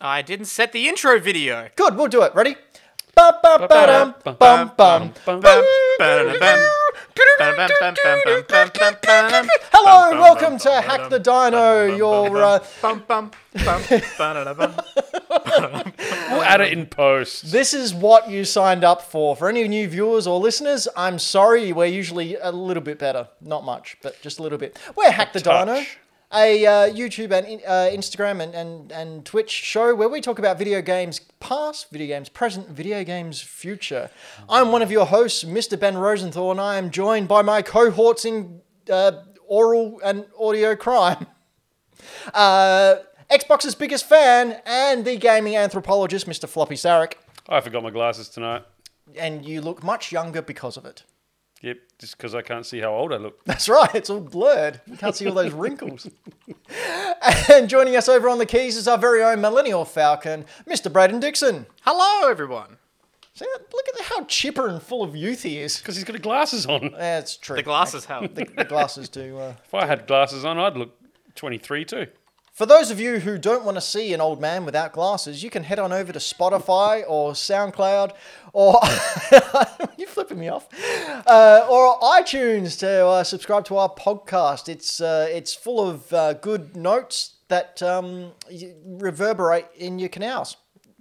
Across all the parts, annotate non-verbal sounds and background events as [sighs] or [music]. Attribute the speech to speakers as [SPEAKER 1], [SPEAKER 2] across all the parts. [SPEAKER 1] I didn't set the intro video.
[SPEAKER 2] Good, we'll do it. Ready? Bum, bum, ba-dum, bum, bum. Hello,
[SPEAKER 1] Hello,
[SPEAKER 2] and welcome to Hack the Dino, your uh, Oh.
[SPEAKER 3] We'll add it in post.
[SPEAKER 2] This is what you signed up for. For any new viewers or listeners, I'm sorry, we're usually a little bit better. Not much, but just a little bit. We're Hack the
[SPEAKER 3] touch.
[SPEAKER 2] Dino, a uh, YouTube and in- uh, Instagram and, and, and Twitch show where we talk about video games past, video games present, video games future. I'm one of your hosts, Mr. Ben Rosenthal, and I am joined by my cohorts in uh, oral and audio crime [laughs] uh, Xbox's biggest fan and the gaming anthropologist, Mr. Floppy Sarek.
[SPEAKER 3] I forgot my glasses tonight.
[SPEAKER 2] And you look much younger because of it. [laughs]
[SPEAKER 3] Yep, just because I can't see how old I look.
[SPEAKER 2] That's right, it's all blurred. You can't see all those wrinkles. [laughs] and joining us over on the keys is our very own millennial falcon, Mr. Braden Dixon.
[SPEAKER 1] Hello, everyone.
[SPEAKER 2] See, look at how chipper and full of youth he is.
[SPEAKER 3] Because he's got glasses on.
[SPEAKER 2] That's true.
[SPEAKER 1] The glasses help.
[SPEAKER 2] The, the glasses do. Uh...
[SPEAKER 3] If I had glasses on, I'd look 23 too.
[SPEAKER 2] For those of you who don't want to see an old man without glasses, you can head on over to Spotify or SoundCloud or [laughs] you flipping me off, uh, or iTunes to uh, subscribe to our podcast. It's uh, it's full of uh, good notes that um, y- reverberate in your canals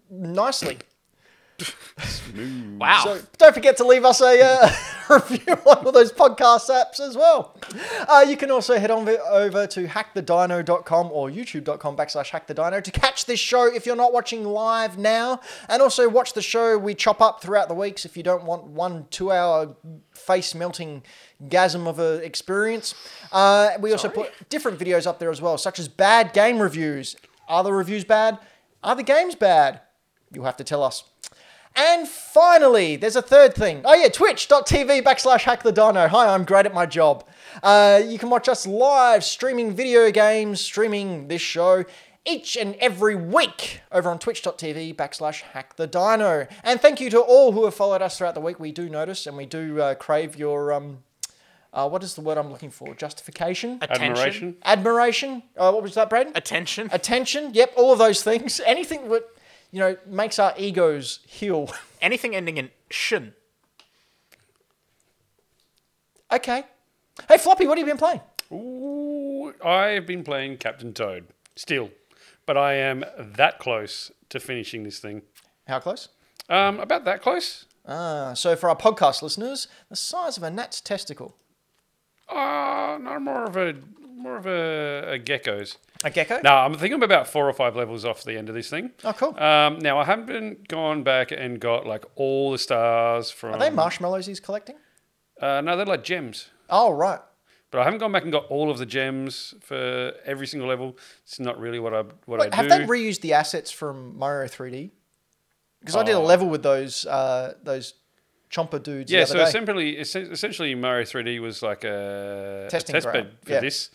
[SPEAKER 2] nicely.
[SPEAKER 1] Wow.
[SPEAKER 2] So don't forget to leave us a uh, [laughs] review on all those podcast apps as well. Uh, you can also head on over to hackthedino.com or youtube.com backslash hackthedino to catch this show if you're not watching live now. And also watch the show we chop up throughout the weeks if you don't want one two hour face melting gasm of a experience. Uh, we also put different videos up there as well, such as bad game reviews. Are the reviews bad? Are the games bad? You'll have to tell us. And finally, there's a third thing. Oh yeah, twitch.tv backslash hack the dino. Hi, I'm great at my job. Uh, you can watch us live streaming video games, streaming this show each and every week over on twitch.tv backslash hack the dino. And thank you to all who have followed us throughout the week. We do notice and we do uh, crave your, um, uh, what is the word I'm looking for? Justification?
[SPEAKER 1] Attention.
[SPEAKER 3] Admiration.
[SPEAKER 2] Admiration? Uh, what was that, Braden?
[SPEAKER 1] Attention.
[SPEAKER 2] Attention? Yep, all of those things. Anything that, you know, makes our egos heal. [laughs]
[SPEAKER 1] Anything ending in shin.
[SPEAKER 2] Okay. Hey, Floppy, what have you been playing?
[SPEAKER 3] Ooh, I've been playing Captain Toad still, but I am that close to finishing this thing.
[SPEAKER 2] How close?
[SPEAKER 3] Um, about that close.
[SPEAKER 2] Uh, so, for our podcast listeners, the size of a gnat's testicle.
[SPEAKER 3] Uh, no, more of a more of a, a geckos.
[SPEAKER 2] A gecko?
[SPEAKER 3] No, I'm thinking I'm about four or five levels off the end of this thing.
[SPEAKER 2] Oh, cool.
[SPEAKER 3] Um, now I haven't gone back and got like all the stars from.
[SPEAKER 2] Are they marshmallows he's collecting?
[SPEAKER 3] Uh, no, they're like gems.
[SPEAKER 2] Oh, right.
[SPEAKER 3] But I haven't gone back and got all of the gems for every single level. It's not really what I what
[SPEAKER 2] Wait,
[SPEAKER 3] I
[SPEAKER 2] have
[SPEAKER 3] do.
[SPEAKER 2] they reused the assets from Mario 3D? Because I did a
[SPEAKER 3] Oh.
[SPEAKER 2] level with those uh, those chomper dudes
[SPEAKER 3] yeah,
[SPEAKER 2] the
[SPEAKER 3] so
[SPEAKER 2] other day.
[SPEAKER 3] essentially, essen- essentially, Mario 3D was like a, a
[SPEAKER 2] Testing
[SPEAKER 3] test
[SPEAKER 2] ground,
[SPEAKER 3] bed for
[SPEAKER 2] yeah.
[SPEAKER 3] this.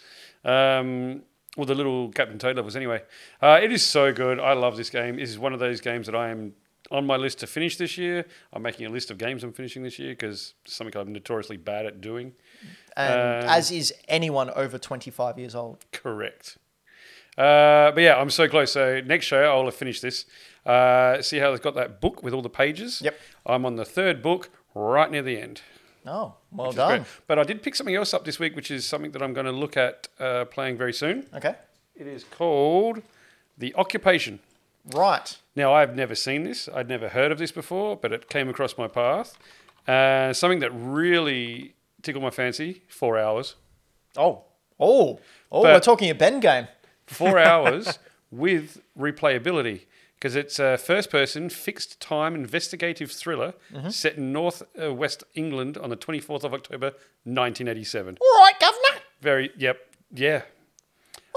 [SPEAKER 3] Um, well, the little Captain Toad levels, anyway. Uh, it is so good. I love this game. This is one of those games that I am on my list to finish this year. I'm making a list of games I'm finishing this year because something I'm notoriously bad at doing.
[SPEAKER 2] and
[SPEAKER 3] um,
[SPEAKER 2] as is anyone over 25 years old.
[SPEAKER 3] Correct. Uh, but yeah, I'm so close. So next show, I'll have finished this. Uh, see how they've got that book with all the pages?
[SPEAKER 2] Yep.
[SPEAKER 3] I'm on the third book, right near the end.
[SPEAKER 2] Oh, well
[SPEAKER 3] Which is great.
[SPEAKER 2] done.
[SPEAKER 3] But I did pick something else up this week, which is something that I'm going to look at uh, playing very soon.
[SPEAKER 2] Okay.
[SPEAKER 3] It is called The Occupation.
[SPEAKER 2] Right.
[SPEAKER 3] Now, I've never seen this, I'd never heard of this before, but it came across my path. Uh, something that really tickled my fancy four hours.
[SPEAKER 2] Oh. Oh. Oh,
[SPEAKER 3] But-
[SPEAKER 2] we're talking a Ben game. [laughs]
[SPEAKER 3] four hours with replayability because it's a first person fixed time investigative thriller
[SPEAKER 2] Mm-hmm.
[SPEAKER 3] set in north uh, west england on the 24th of october 1987
[SPEAKER 2] All right, Governor.
[SPEAKER 3] very yep yeah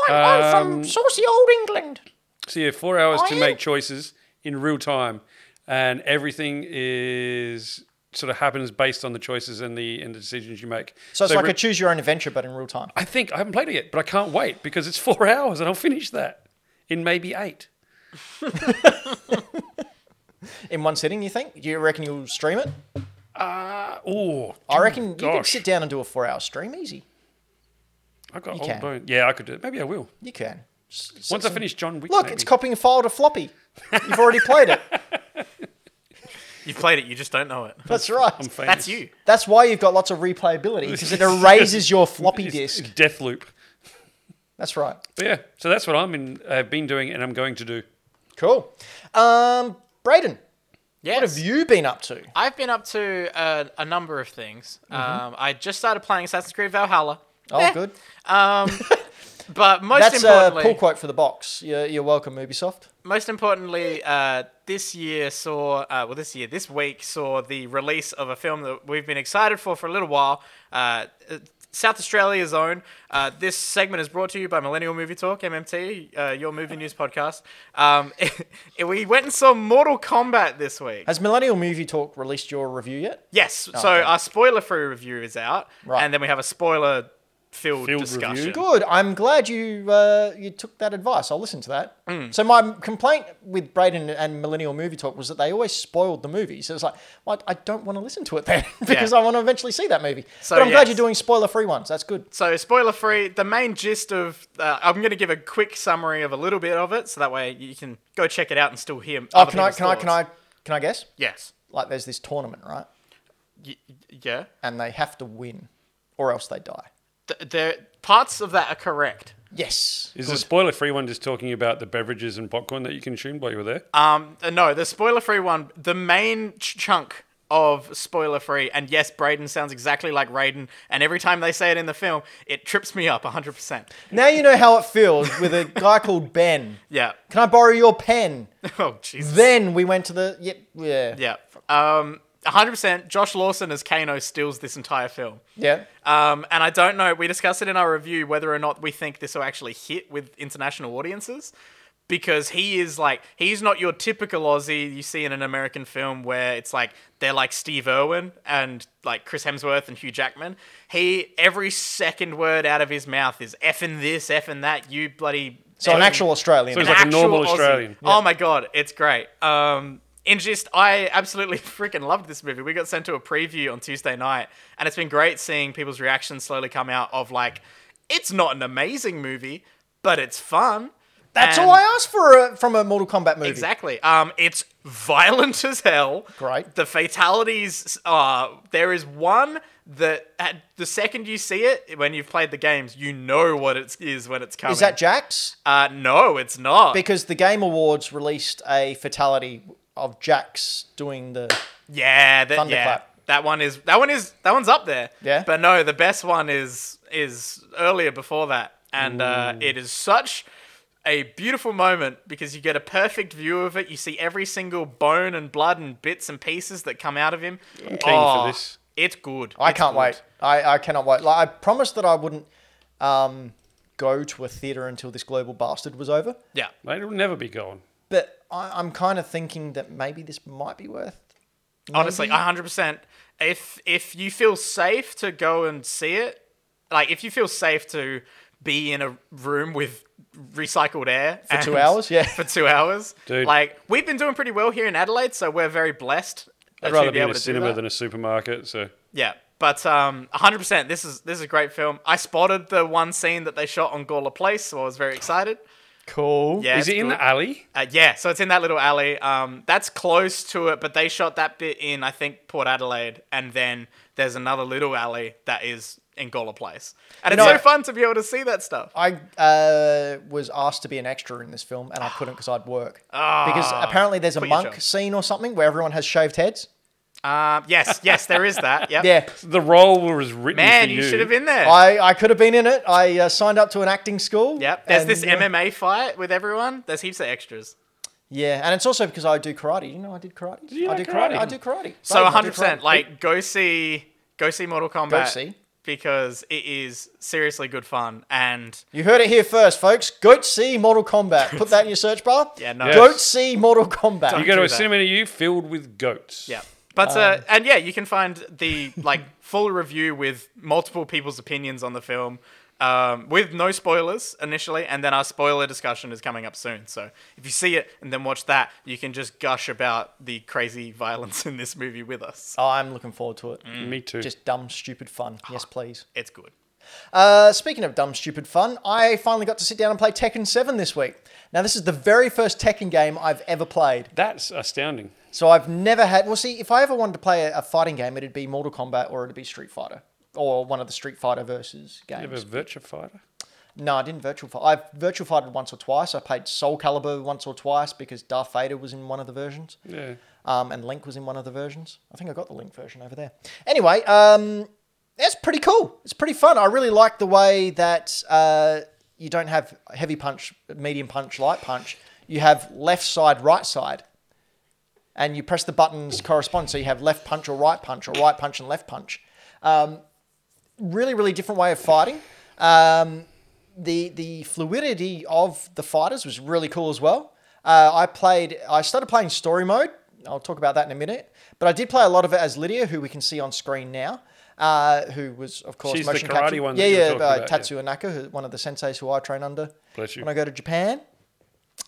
[SPEAKER 2] I'm,
[SPEAKER 3] Um,
[SPEAKER 2] I'm from saucy old England.
[SPEAKER 3] so yeah four hours to
[SPEAKER 2] I am-
[SPEAKER 3] make choices in real time and everything is sort of happens based on the choices and the and the decisions you make
[SPEAKER 2] So it's like
[SPEAKER 3] re-
[SPEAKER 2] a choose your own adventure, but in real time.
[SPEAKER 3] i think i haven't played it yet but i can't wait because it's four [laughs] hours and i'll finish that in maybe eight
[SPEAKER 2] In one sitting, you think? Do you reckon you'll stream it?
[SPEAKER 3] uh, oh
[SPEAKER 2] I reckon you could
[SPEAKER 3] Gosh.
[SPEAKER 2] sit down and do a four hour stream easy.
[SPEAKER 3] I got
[SPEAKER 2] You
[SPEAKER 3] old
[SPEAKER 2] can.
[SPEAKER 3] bone. Yeah, I could do it. Maybe I will.
[SPEAKER 2] You can. S- s-
[SPEAKER 3] Once I finish John Wick,
[SPEAKER 2] Look,
[SPEAKER 3] maybe.
[SPEAKER 2] it's copying file to floppy. You've already played
[SPEAKER 3] [laughs]
[SPEAKER 2] it.
[SPEAKER 1] You've played it, you just don't know it.
[SPEAKER 2] That's right.
[SPEAKER 3] I'm famous.
[SPEAKER 1] That's you.
[SPEAKER 2] That's why you've got lots of replayability because
[SPEAKER 3] [laughs]
[SPEAKER 2] it erases your floppy
[SPEAKER 3] It's-
[SPEAKER 2] disk.
[SPEAKER 3] It's death loop.
[SPEAKER 2] That's right.
[SPEAKER 3] But yeah, so that's what I'm in. I've been doing, and I'm going to do.
[SPEAKER 2] Cool. Um, Brayden,
[SPEAKER 1] Yes.
[SPEAKER 2] what have you been up to?
[SPEAKER 1] I've been up to uh, a number of things. Um, I just started playing Assassin's Creed Valhalla.
[SPEAKER 2] Oh,
[SPEAKER 1] Eh.
[SPEAKER 2] good.
[SPEAKER 1] But most
[SPEAKER 2] That's a
[SPEAKER 1] importantly,
[SPEAKER 2] pull quote for the box. You're, you're welcome, Ubisoft.
[SPEAKER 1] most importantly, uh, this year saw uh, well, this year this week saw the release of a film that we've been excited for for a little while. Uh, uh, South Australia's own. Uh, this segment is brought to you by Millennial Movie Talk (MMT), uh, your movie news podcast. Um, [laughs] we went and saw Mortal Kombat this week.
[SPEAKER 2] Has Millennial Movie Talk released your review yet?
[SPEAKER 1] Yes. so
[SPEAKER 2] okay.
[SPEAKER 1] our spoiler-free review is out,
[SPEAKER 2] Right.
[SPEAKER 1] and then we have a spoiler-filled
[SPEAKER 3] Filled
[SPEAKER 1] discussion.
[SPEAKER 3] review?
[SPEAKER 2] Good. I'm glad you uh, you took that advice. I'll listen to that. So my complaint with Braden and Millennial Movie Talk was that they always spoiled the movie. So it's like, well, I don't want to listen to it then [laughs] because I want to eventually see that movie.
[SPEAKER 1] So,
[SPEAKER 2] but I'm glad
[SPEAKER 1] yes.
[SPEAKER 2] you're doing spoiler-free ones. That's good.
[SPEAKER 1] So, spoiler free, the main gist of. Uh, I'm going to give a quick summary of a little bit of it, so that way you can go check it out and still hear.
[SPEAKER 2] Oh, can I can I can I can I guess?
[SPEAKER 1] Yes.
[SPEAKER 2] Like, there's this tournament, right?
[SPEAKER 1] Y- yeah.
[SPEAKER 2] And they have to win, or else they die.
[SPEAKER 1] Th- there, parts of that are correct.
[SPEAKER 2] Yes.
[SPEAKER 3] Is the spoiler free one just talking about the beverages and popcorn that you consumed while you were there?
[SPEAKER 1] Um, uh, no, the spoiler free one, the main ch- chunk of spoiler free, and yes, Braden sounds exactly like Raiden, and every time they say it in the film, it trips me up 100%.
[SPEAKER 2] Now you know how it feels with a guy [laughs] called Ben.
[SPEAKER 1] Yeah. [laughs]
[SPEAKER 2] Can I borrow your pen?
[SPEAKER 1] Oh, Jesus.
[SPEAKER 2] Then we went to the yep yeah
[SPEAKER 1] Yeah. Um, 100%. Josh Lawson as Kano steals this entire film.
[SPEAKER 2] yeah.
[SPEAKER 1] Um, and I don't know, we discussed it in our review whether or not we think this will actually hit with international audiences because he is like, he's not your typical Aussie you see in an American film where it's like, they're like Steve Irwin and like Chris Hemsworth and Hugh Jackman. He, every second word out of his mouth is effing this, effing that, you bloody. E
[SPEAKER 2] So an actual Australian.
[SPEAKER 3] so it's like a normal Australian.
[SPEAKER 1] Oh my god, it's great. Um, and just I absolutely [laughs] freaking loved this movie. We got sent to a preview on Tuesday night, and it's been great seeing people's reactions slowly come out of like, it's not an amazing movie, but it's fun.
[SPEAKER 2] That's
[SPEAKER 1] And-
[SPEAKER 2] all I asked for a, from a Mortal Kombat movie.
[SPEAKER 1] Exactly. Um, it's violent [laughs] as hell.
[SPEAKER 2] Great.
[SPEAKER 1] The fatalities. Uh, there is one that at the second you see it, when you've played the games, you know what it is when it's coming.
[SPEAKER 2] Is that Jax?
[SPEAKER 1] Uh, no, it's not.
[SPEAKER 2] Because the Game Awards released a fatality of Jax doing the.
[SPEAKER 1] Yeah, that, yeah.
[SPEAKER 2] Thunderclap.
[SPEAKER 1] That one is that one is that one's up there.
[SPEAKER 2] Yeah?
[SPEAKER 1] But no, the best one is is earlier before that, and uh, it is such a beautiful moment because you get a perfect view of it. You see every single bone and blood and bits and pieces that come out of him. I'm
[SPEAKER 3] keen for this.
[SPEAKER 1] It's good.
[SPEAKER 2] I
[SPEAKER 1] It's
[SPEAKER 2] can't
[SPEAKER 1] good.
[SPEAKER 2] wait. I, I cannot wait. Like, I promised that I wouldn't um, go to a theater until this global bastard was over,
[SPEAKER 1] Yeah.
[SPEAKER 3] Mate, it'll never be gone.
[SPEAKER 2] but I, I'm kind of thinking that maybe this might be worth.
[SPEAKER 1] Honestly,
[SPEAKER 3] Mm-hmm.
[SPEAKER 1] hundred percent. If if you feel safe to go and see it, like if you feel safe to be in a room with recycled air for
[SPEAKER 2] two hours?
[SPEAKER 1] [laughs]
[SPEAKER 2] Yeah.
[SPEAKER 1] for two hours,
[SPEAKER 3] Dude.
[SPEAKER 1] Like we've been doing pretty well here in Adelaide, so we're very blessed.
[SPEAKER 3] I'd
[SPEAKER 1] to
[SPEAKER 3] rather be
[SPEAKER 1] able
[SPEAKER 3] in
[SPEAKER 1] to
[SPEAKER 3] a
[SPEAKER 1] do
[SPEAKER 3] cinema
[SPEAKER 1] that.
[SPEAKER 3] than a supermarket. So
[SPEAKER 1] Yeah, but um, 100%. This is this is a great film. I spotted the one scene that they shot on Gawler Place, so I was very excited.
[SPEAKER 2] Cool.
[SPEAKER 1] Yeah,
[SPEAKER 3] is
[SPEAKER 1] it's
[SPEAKER 3] it in
[SPEAKER 1] good.
[SPEAKER 3] the alley?
[SPEAKER 1] Uh, yeah, so it's in that little alley. Um, that's close to it, but they shot that bit in, I think, Port Adelaide, and then there's another little alley that is in Gawler Place. And it's
[SPEAKER 2] know-
[SPEAKER 1] so fun to be able to see that stuff.
[SPEAKER 2] I uh, was asked to be an extra in this film, and I couldn't because I'd work. because apparently there's a
[SPEAKER 1] Ah, your
[SPEAKER 2] monk
[SPEAKER 1] job.
[SPEAKER 2] scene or something where everyone has shaved heads.
[SPEAKER 1] Um, yes, yes, there is that. Yep.
[SPEAKER 2] Yeah,
[SPEAKER 3] The role was written
[SPEAKER 1] Man,
[SPEAKER 3] for
[SPEAKER 1] you,
[SPEAKER 3] you.
[SPEAKER 1] should have been there.
[SPEAKER 2] [laughs] I, I could have been in it. I uh, signed up to an acting school.
[SPEAKER 1] yep. There's
[SPEAKER 2] and,
[SPEAKER 1] this
[SPEAKER 2] uh,
[SPEAKER 1] MMA fight with everyone. There's heaps of extras.
[SPEAKER 2] Yeah, and it's also because I do karate. You know, I did karate.
[SPEAKER 3] you
[SPEAKER 2] I
[SPEAKER 3] like
[SPEAKER 2] do karate?
[SPEAKER 3] karate?
[SPEAKER 2] I do karate.
[SPEAKER 1] So
[SPEAKER 2] Babe, I do
[SPEAKER 1] 100%,
[SPEAKER 2] karate.
[SPEAKER 1] like, go see, go see Mortal Kombat. Go
[SPEAKER 2] see.
[SPEAKER 1] Because it is seriously good fun. And
[SPEAKER 2] you heard it here first, folks. Go see Mortal Kombat. Put that in your search bar.
[SPEAKER 1] Yeah, no.
[SPEAKER 2] Go
[SPEAKER 3] Yes.
[SPEAKER 2] see Mortal Kombat.
[SPEAKER 3] You go to
[SPEAKER 1] do
[SPEAKER 3] a
[SPEAKER 1] that.
[SPEAKER 3] cinema near you filled with goats.
[SPEAKER 1] Yeah. But uh, and yeah, you can find the like [laughs] full review with multiple people's opinions on the film, um, with no spoilers initially, and then our spoiler discussion is coming up soon. So if you see it and then watch that, you can just gush about the crazy [laughs] violence in this movie with us.
[SPEAKER 2] Oh, I'm looking forward to it.
[SPEAKER 3] Me too.
[SPEAKER 2] Just dumb, stupid fun. Yes, please.
[SPEAKER 1] It's good.
[SPEAKER 2] Uh, speaking of dumb, stupid fun, I finally got to sit down and play Tekken 7 this week. Now, this is the very first Tekken game I've ever played.
[SPEAKER 3] That's astounding.
[SPEAKER 2] So I've never had. Well, see, if I ever wanted to play a, a fighting game, it'd be Mortal Kombat or it'd be Street Fighter or one of the Street Fighter versus games.
[SPEAKER 3] You have a Virtua Fighter?
[SPEAKER 2] No, I didn't virtual fight. I've virtual fighted once or twice. I played Soul Calibur once or twice because Darth Vader was in one of the versions.
[SPEAKER 3] Yeah. [laughs]
[SPEAKER 2] Um, and Link was in one of the versions. I think I got the Link version over there. Anyway, um, that's pretty cool. It's pretty fun. I really like the way that uh, you don't have heavy punch, medium punch, light punch. You have left side, right side. And you press the buttons correspond. So you have left punch or right punch or right punch and left punch. Um, really, really different way of fighting. Um, the the fluidity of the fighters was really cool as well. Uh, I played. I started playing story mode. I'll talk about that in a minute. But I did play a lot of it as Lydia, who we can see on screen now, uh, who was of course
[SPEAKER 3] She's the
[SPEAKER 2] motion
[SPEAKER 3] karate
[SPEAKER 2] captured.
[SPEAKER 3] one that
[SPEAKER 2] yeah,
[SPEAKER 3] you were
[SPEAKER 2] yeah,
[SPEAKER 3] talking
[SPEAKER 2] uh,
[SPEAKER 3] about, yeah.
[SPEAKER 2] Tatsu Anaka, who, one of the senseis who I train under
[SPEAKER 3] Bless you.
[SPEAKER 2] when I go to Japan.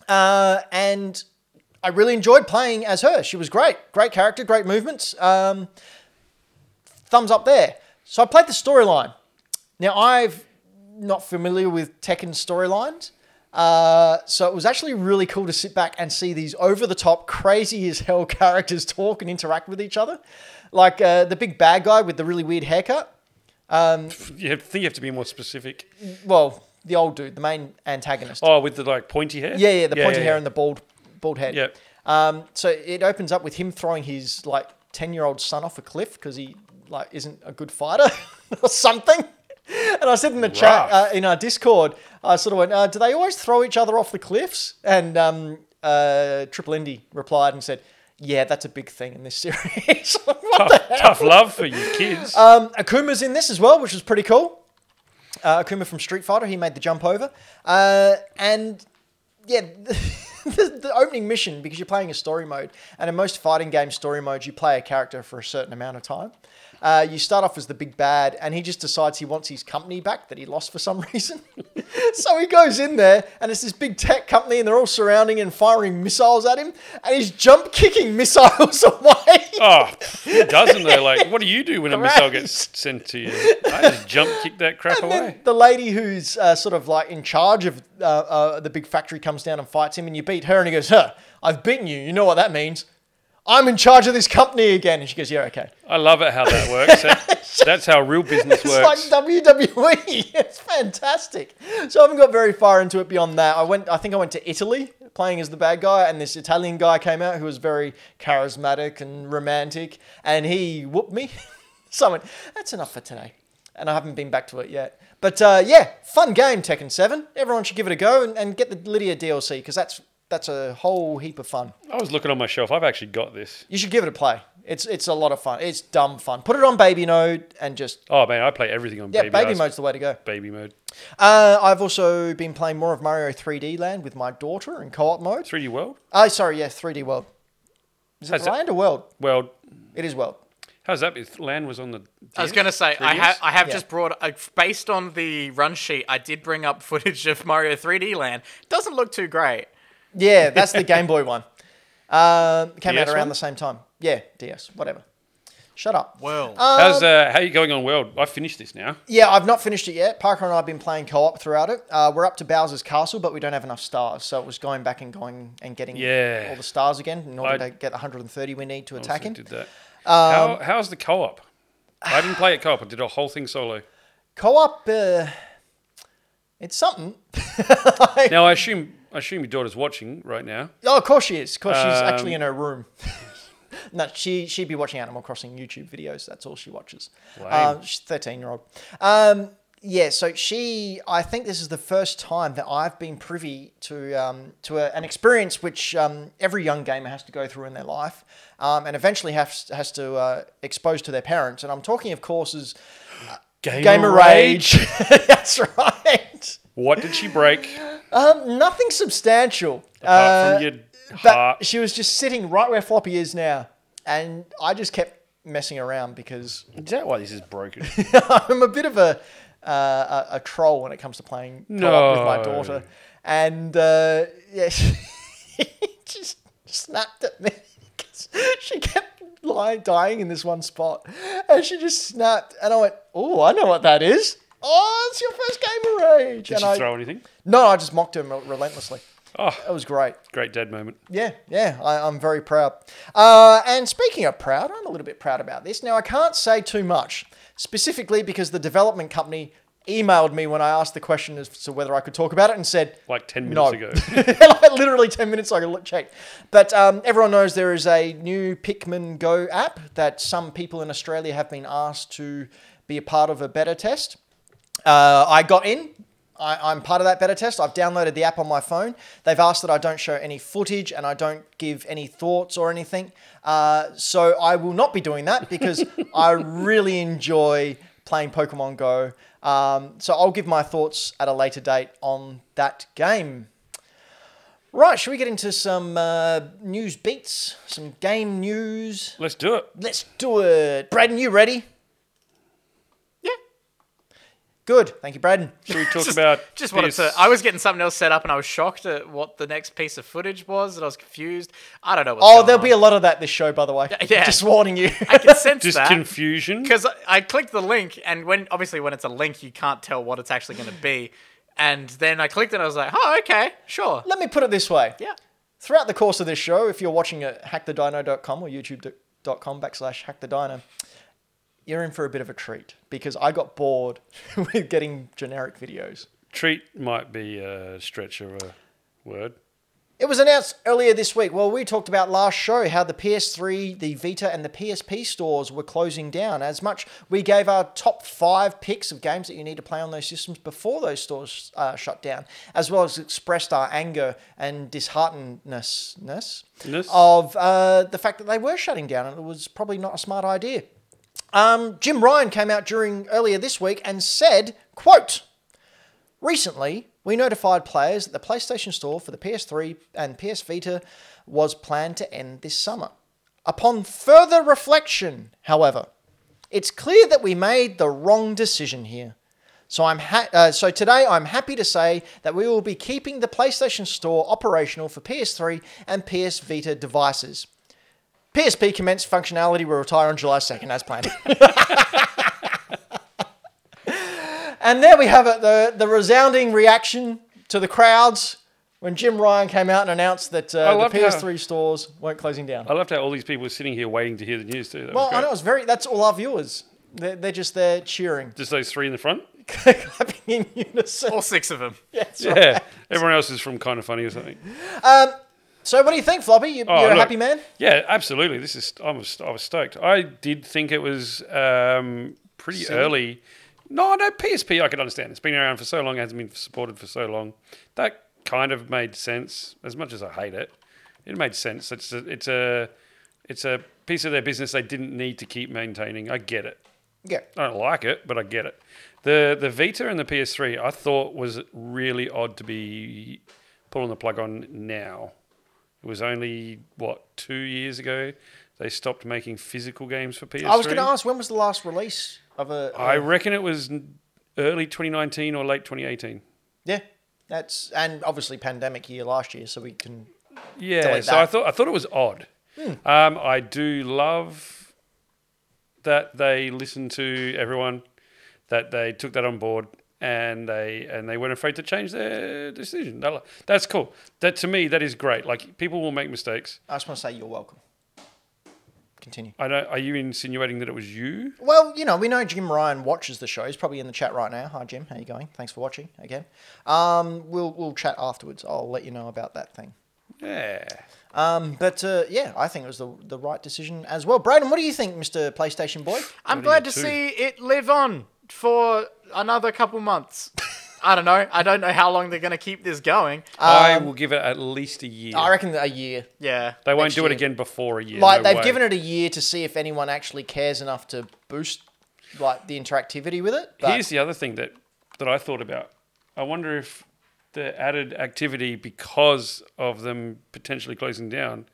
[SPEAKER 2] Uh, and I really enjoyed playing as her. She was great, great character, great movements. Um, thumbs up there. So I played the storyline. Now I've not familiar with Tekken storylines, uh, so it was actually really cool to sit back and see these over the top, crazy as hell [laughs] characters talk and interact with each other, like uh, the big bad guy with the really weird haircut.
[SPEAKER 3] You have, think you have to be more specific.
[SPEAKER 2] Well, the old dude, the main antagonist.
[SPEAKER 3] Oh, with the like pointy hair?
[SPEAKER 2] Yeah, yeah, the pointy
[SPEAKER 3] yeah,
[SPEAKER 2] hair
[SPEAKER 3] yeah.
[SPEAKER 2] and the bald bald head. [laughs]
[SPEAKER 3] Yep.
[SPEAKER 2] Um, so it opens up with him throwing his like ten year old son off a cliff because he like isn't a good fighter [laughs] or something. And I said in the chat uh,
[SPEAKER 3] Rough.
[SPEAKER 2] in our Discord, I sort of went, uh, "Do they always throw each other off the cliffs?" And um, uh, Triple Indy replied and said, "Yeah, that's a big thing in this [laughs] series." What the
[SPEAKER 3] Tough, Oh, tough love for you kids.
[SPEAKER 2] um, Akuma's in this as well, which was pretty cool. Uh, Akuma from Street Fighter, he made the jump over. Uh, and yeah, [laughs] the, the opening mission, because you're playing a story mode, and in most fighting game story modes, you play a character for a certain amount of time. Uh, you start off as the big bad, and he just decides he wants his company back that he lost for some [laughs] reason. so he goes in there, and it's this big tech company, and they're all surrounding and firing missiles at him, and he's jump kicking missiles [laughs] away.
[SPEAKER 3] oh, who doesn't though? Like, what do you do when a missile
[SPEAKER 2] Great.
[SPEAKER 3] gets sent to you? I just jump kick that crap
[SPEAKER 2] And then
[SPEAKER 3] away.
[SPEAKER 2] the lady who's uh, sort of like in charge of uh, uh, the big factory comes down and fights him, and you beat her, and he goes, "Huh, I've beaten you. You know what that means? I'm in charge of this company again." And she goes, "Yeah, okay."
[SPEAKER 3] I love it how that
[SPEAKER 2] [laughs]
[SPEAKER 3] works. That- that's how real business
[SPEAKER 2] It's
[SPEAKER 3] works.
[SPEAKER 2] like WWE. [laughs] It's fantastic. So I haven't got very far into it beyond that. I went. I think I went to Italy playing as the bad guy, and this Italian guy came out who was very charismatic and romantic, and he whooped me. [laughs] so I went, "That's enough for today," and I haven't been back to it yet. But uh, yeah, fun game Tekken Seven. Everyone should give it a go and, and get the Lydia DLC because that's that's a whole heap of fun.
[SPEAKER 3] I was looking on my shelf. I've actually got this.
[SPEAKER 2] You should give it a play. It's it's a lot of fun. It's dumb fun. Put it on baby mode and just
[SPEAKER 3] Oh man, I play everything on
[SPEAKER 2] yeah,
[SPEAKER 3] baby.
[SPEAKER 2] baby
[SPEAKER 3] eyes.
[SPEAKER 2] mode's the way to go.
[SPEAKER 3] Baby mode.
[SPEAKER 2] Uh, I've also been playing more of Mario 3D Land with my daughter in co-op mode.
[SPEAKER 3] 3D world.
[SPEAKER 2] Oh, sorry, yeah, 3D World. Is it
[SPEAKER 3] That's it.
[SPEAKER 2] Land or World?
[SPEAKER 3] Well,
[SPEAKER 2] It is World.
[SPEAKER 3] how's that? If land was on the.
[SPEAKER 1] I was going to say, I,
[SPEAKER 3] 3DS?
[SPEAKER 1] ha- I have
[SPEAKER 2] Yeah.
[SPEAKER 1] just brought, uh, based on the run sheet, I did bring up footage of Mario 3D Land. Doesn't look too great.
[SPEAKER 2] Yeah, that's the Game Boy
[SPEAKER 3] [laughs]
[SPEAKER 2] one. Um, came
[SPEAKER 3] DS
[SPEAKER 2] out around
[SPEAKER 3] one?
[SPEAKER 2] the same time. Yeah, DS, whatever. Shut up.
[SPEAKER 1] Well,
[SPEAKER 2] Um,
[SPEAKER 3] How's uh, how you going on world? I finished this now.
[SPEAKER 2] Yeah, I've not finished it yet. Parker and I have been playing co-op throughout it. Uh, we're up to Bowser's Castle, but we don't have enough stars, so it was going back and going and getting
[SPEAKER 3] Yeah.
[SPEAKER 2] all the stars again in order to
[SPEAKER 3] I-
[SPEAKER 2] get the 130 we need to
[SPEAKER 3] Also
[SPEAKER 2] attack him.
[SPEAKER 3] Did that. how,
[SPEAKER 2] Um,
[SPEAKER 3] how's the co-op?
[SPEAKER 2] [sighs]
[SPEAKER 3] I didn't play it co-op. I did a whole thing solo.
[SPEAKER 2] Co-op, uh, it's something.
[SPEAKER 3] Now I assume I assume your daughter's watching right now.
[SPEAKER 2] Oh, of course she is. Of course she's
[SPEAKER 3] Um,
[SPEAKER 2] actually in her room. [laughs] no, she she'd be watching Animal Crossing YouTube videos. That's all she watches.
[SPEAKER 3] Lame.
[SPEAKER 2] Um, she's thirteen year old. Um, yeah, so she. I think this is the first time that I've been privy to um, to a, an experience which um, every young gamer has to go through in their life, um, and eventually has has to uh, expose to their parents. And I'm talking, of course, is
[SPEAKER 3] Gamer,
[SPEAKER 2] gamer rage. [laughs] That's right.
[SPEAKER 3] What did she break?
[SPEAKER 2] Um, nothing substantial.
[SPEAKER 3] Apart
[SPEAKER 2] Uh,
[SPEAKER 3] from your
[SPEAKER 2] but [laughs]
[SPEAKER 3] heart.
[SPEAKER 2] she was just sitting right where Floppy is now, and I just kept messing around because [laughs]
[SPEAKER 3] Is that why this is broken?
[SPEAKER 2] I'm a bit of a uh, a, a troll when it comes to playing co-op with my
[SPEAKER 3] No.
[SPEAKER 2] daughter, and uh, yeah, [laughs] she just snapped at me. 'cause She kept lying, dying in this one spot, and she just snapped, and I went, "Oh, I know what that is." oh, it's your first game of rage.
[SPEAKER 3] Did
[SPEAKER 2] and
[SPEAKER 3] she
[SPEAKER 2] I,
[SPEAKER 3] throw anything?
[SPEAKER 2] No, I just mocked him rel- relentlessly.
[SPEAKER 3] Oh,
[SPEAKER 2] That was great.
[SPEAKER 3] great dad moment.
[SPEAKER 2] Yeah, yeah, I, I'm very proud. Uh, and speaking of proud, I'm a little bit proud about this. Now, I can't say too much, specifically because the development company emailed me when I asked the question as to whether I could talk about it and said,
[SPEAKER 3] Like 10
[SPEAKER 2] no.
[SPEAKER 3] minutes ago.
[SPEAKER 2] [laughs] Like, Literally 10 minutes ago, look, check. But um, everyone knows there is a new Pikmin Go app that some people in Australia have been asked to be a part of a beta test. Uh, I got in. I, I'm part of that beta test. I've downloaded the app on my phone. They've asked that I don't show any footage and I don't give any thoughts or anything. Uh, so I will not be doing that because I really enjoy playing Pokemon Go. Um, so I'll give my thoughts at a later date on that game. Right, should we get into some uh, news beats, some game news?
[SPEAKER 3] Let's do it.
[SPEAKER 2] Let's do it. Braden, you ready?
[SPEAKER 1] Yeah.
[SPEAKER 2] Good. Thank you, Braden.
[SPEAKER 3] Should we talk about.
[SPEAKER 1] Just wanted
[SPEAKER 3] this?
[SPEAKER 1] to. I was getting something else set up, and I was shocked at what the next piece of footage was, and I was confused. I don't know. What's
[SPEAKER 2] Oh,
[SPEAKER 1] going
[SPEAKER 2] there'll
[SPEAKER 1] on.
[SPEAKER 2] be a lot of that this show, by the way.
[SPEAKER 1] [laughs] yeah.
[SPEAKER 2] Just warning you.
[SPEAKER 1] I can sense
[SPEAKER 3] Just
[SPEAKER 1] that.
[SPEAKER 3] confusion.
[SPEAKER 1] because I clicked the link, and when obviously when it's a link, you can't tell what it's actually going to be. And then I clicked it, and I was like, "Oh, okay, sure,
[SPEAKER 2] [laughs] Let me put it this way.
[SPEAKER 1] yeah."
[SPEAKER 2] Throughout the course of this show, if you're watching at hackthedino.com or youtube.com backslash hackthedino, you're in for a bit of a treat because I got bored [laughs] with getting generic videos.
[SPEAKER 3] Treat might be a stretch of a word.
[SPEAKER 2] It was announced earlier this week. Well, we talked about last show how the PS3, the Vita, and the PSP stores were closing down. As much we gave our top five picks of games that you need to play on those systems before those stores uh, shut down, as well as expressed our anger and disheartenedness
[SPEAKER 3] Ness?
[SPEAKER 2] of uh, the fact that they were shutting down, and it was probably not a smart idea. Um, Jim Ryan came out during earlier this week and said, "quote." Recently, we notified players that the PlayStation Store for the PS3 and PS Vita was planned to end this summer. Upon further reflection, however, it's clear that we made the wrong decision here. So I'm ha- uh, so today I'm happy to say that we will be keeping the PlayStation Store operational for PS3 and PS Vita devices. PSP commenced functionality will retire on July 2nd as
[SPEAKER 3] [laughs]
[SPEAKER 2] planned. And there we have it the, the resounding reaction to the crowds when Jim Ryan came out and announced that
[SPEAKER 3] I
[SPEAKER 2] uh,
[SPEAKER 3] love
[SPEAKER 2] the PS3 stores weren't closing down.
[SPEAKER 3] I loved how all these people were sitting here waiting to hear the news too. That
[SPEAKER 2] well,
[SPEAKER 3] was
[SPEAKER 2] I
[SPEAKER 3] great.
[SPEAKER 2] know it's very, that's all our viewers. They're, they're just there cheering, [laughs]
[SPEAKER 3] Just those three in the front.
[SPEAKER 2] clapping in unison.
[SPEAKER 1] All six of them.
[SPEAKER 2] That's right.
[SPEAKER 3] Oh, Yeah. Everyone else is from kind of funny or something.
[SPEAKER 2] So, what do you think, Floppy? You,
[SPEAKER 3] Oh,
[SPEAKER 2] you're
[SPEAKER 3] look.
[SPEAKER 2] a happy man?
[SPEAKER 3] Yeah, absolutely. This is I was I was stoked. I did think it was um, pretty early. No, no PSP. I could understand. It's been around for so long, hasn't been supported for so long. That kind of made sense. As much as I hate it, it made sense. It's a, it's a it's a piece of their business they didn't need to keep maintaining. I get it.
[SPEAKER 2] Yeah.
[SPEAKER 3] I don't like it, but I get it. The the Vita and the PS3 I thought was really odd to be pulling the plug on now. It was only what two years ago they stopped making physical games for PS3.
[SPEAKER 2] I was going to ask, when was the last release of a.
[SPEAKER 3] I reckon it was n- early 2019 or late 2018.
[SPEAKER 2] yeah. That's and obviously pandemic year last year, so we can.
[SPEAKER 3] Yeah,
[SPEAKER 2] Delete
[SPEAKER 3] so
[SPEAKER 2] that. Hmm.
[SPEAKER 3] I thought I thought it was odd. Um, I do love that they listened to everyone, that they took that on board, and they and they weren't afraid to change their decision. That- That's cool. That to me, that is great. Like people will make mistakes.
[SPEAKER 2] I just want to say you're welcome. Continue.
[SPEAKER 3] I don't. Are you insinuating that it was you?
[SPEAKER 2] Well, you know, we know Jim Ryan watches the show. He's probably in the chat right now. Hi, Jim. How you going? Thanks for watching again. Um, we'll we'll chat afterwards. I'll let you know about that thing.
[SPEAKER 3] Yeah.
[SPEAKER 2] Um, but uh, yeah, I think it was the the right decision as well. Braden, what do you think, Mister PlayStation Boy?
[SPEAKER 1] I'm glad
[SPEAKER 3] you
[SPEAKER 1] to
[SPEAKER 3] two?
[SPEAKER 1] see it live on for another couple months. I don't know. I don't know how long they're going to keep this going.
[SPEAKER 3] I will give it at least a year.
[SPEAKER 2] Um, I reckon a year.
[SPEAKER 1] Yeah.
[SPEAKER 3] they won't
[SPEAKER 2] next
[SPEAKER 3] do it
[SPEAKER 2] year.
[SPEAKER 3] again before a year.
[SPEAKER 2] Like
[SPEAKER 3] no
[SPEAKER 2] they've
[SPEAKER 3] way.
[SPEAKER 2] given it a year to see if anyone actually cares enough to boost like the interactivity with it. But
[SPEAKER 3] Here's the other thing that that I thought about. I wonder if the added activity because of them potentially closing down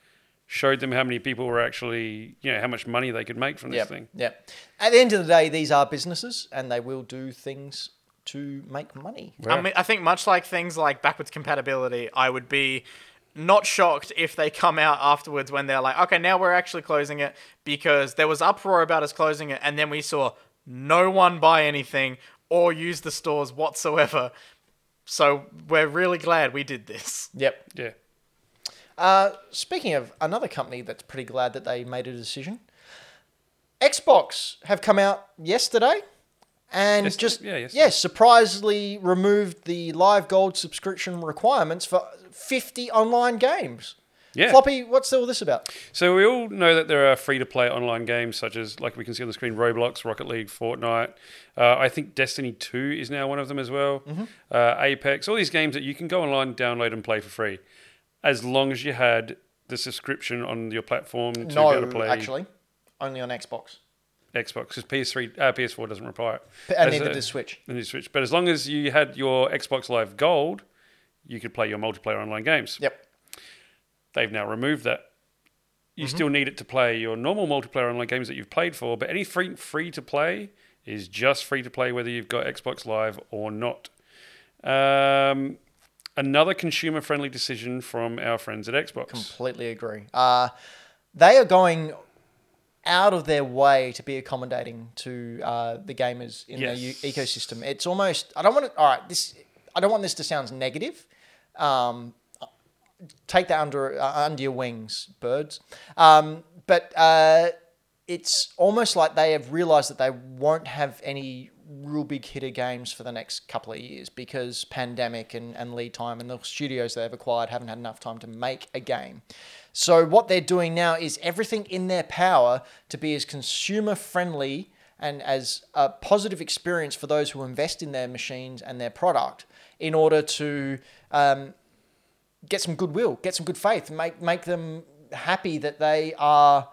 [SPEAKER 3] showed them how many people were actually, you know, how much money they could make from this
[SPEAKER 2] yep,
[SPEAKER 3] thing.
[SPEAKER 2] yep. At the end of the day, these are businesses, and they will do things to make money.
[SPEAKER 1] I mean, I think much like things like backwards compatibility, I would be not shocked if they come out afterwards when they're like, okay, now we're actually closing it because there was uproar about us closing it, and then we saw no one buy anything. or use the stores whatsoever. So we're really glad we did this.
[SPEAKER 2] Yep.
[SPEAKER 3] Yeah.
[SPEAKER 2] Uh, speaking of another company that's pretty glad that they made a decision, Xbox have come out yesterday and
[SPEAKER 3] Yesterday?
[SPEAKER 2] just
[SPEAKER 3] Yeah, yesterday.
[SPEAKER 2] yeah, surprisingly removed the live gold subscription requirements for 50 online games.
[SPEAKER 3] Yeah.
[SPEAKER 2] Floppy, what's all this about?
[SPEAKER 3] So we all know that there are free-to-play online games such as, like we can see on the screen, Roblox, Rocket League, Fortnite. Uh, I think Destiny Two is now one of them as well.
[SPEAKER 2] Mm-hmm.
[SPEAKER 3] Uh, Apex, all these games that you can go online, download, and play for free, as long as you had the subscription on your platform to be able to
[SPEAKER 2] No,
[SPEAKER 3] play
[SPEAKER 2] actually, only on Xbox.
[SPEAKER 3] Xbox. Because PS3, uh, PS4 doesn't require it.
[SPEAKER 2] And
[SPEAKER 3] As
[SPEAKER 2] neither
[SPEAKER 3] a-
[SPEAKER 2] does Switch.
[SPEAKER 3] And neither Switch. But as long as you had your Xbox Live Gold, you could play your multiplayer online games.
[SPEAKER 2] Yep.
[SPEAKER 3] they've now removed that. You
[SPEAKER 2] Mm-hmm.
[SPEAKER 3] still need it to play your normal multiplayer online games that you've played for, but any free free to play is just free to play whether you've got Xbox Live or not. Um, another consumer friendly decision from our friends at Xbox.
[SPEAKER 2] Completely agree. Uh, they are going out of their way to be accommodating to uh, the gamers in
[SPEAKER 3] Yes.
[SPEAKER 2] their u- ecosystem. It's almost I don't want to. All right, this I don't want this to sound negative. Um, take that under uh, under your wings, birds. Um, but uh, it's almost like they have realised that they won't have any real big hitter games for the next couple of years because pandemic and, and lead time and the studios they've acquired haven't had enough time to make a game. So what they're doing now is everything in their power to be as consumer friendly and as a positive experience for those who invest in their machines and their product in order to um, get some goodwill, get some good faith, make make them happy that they are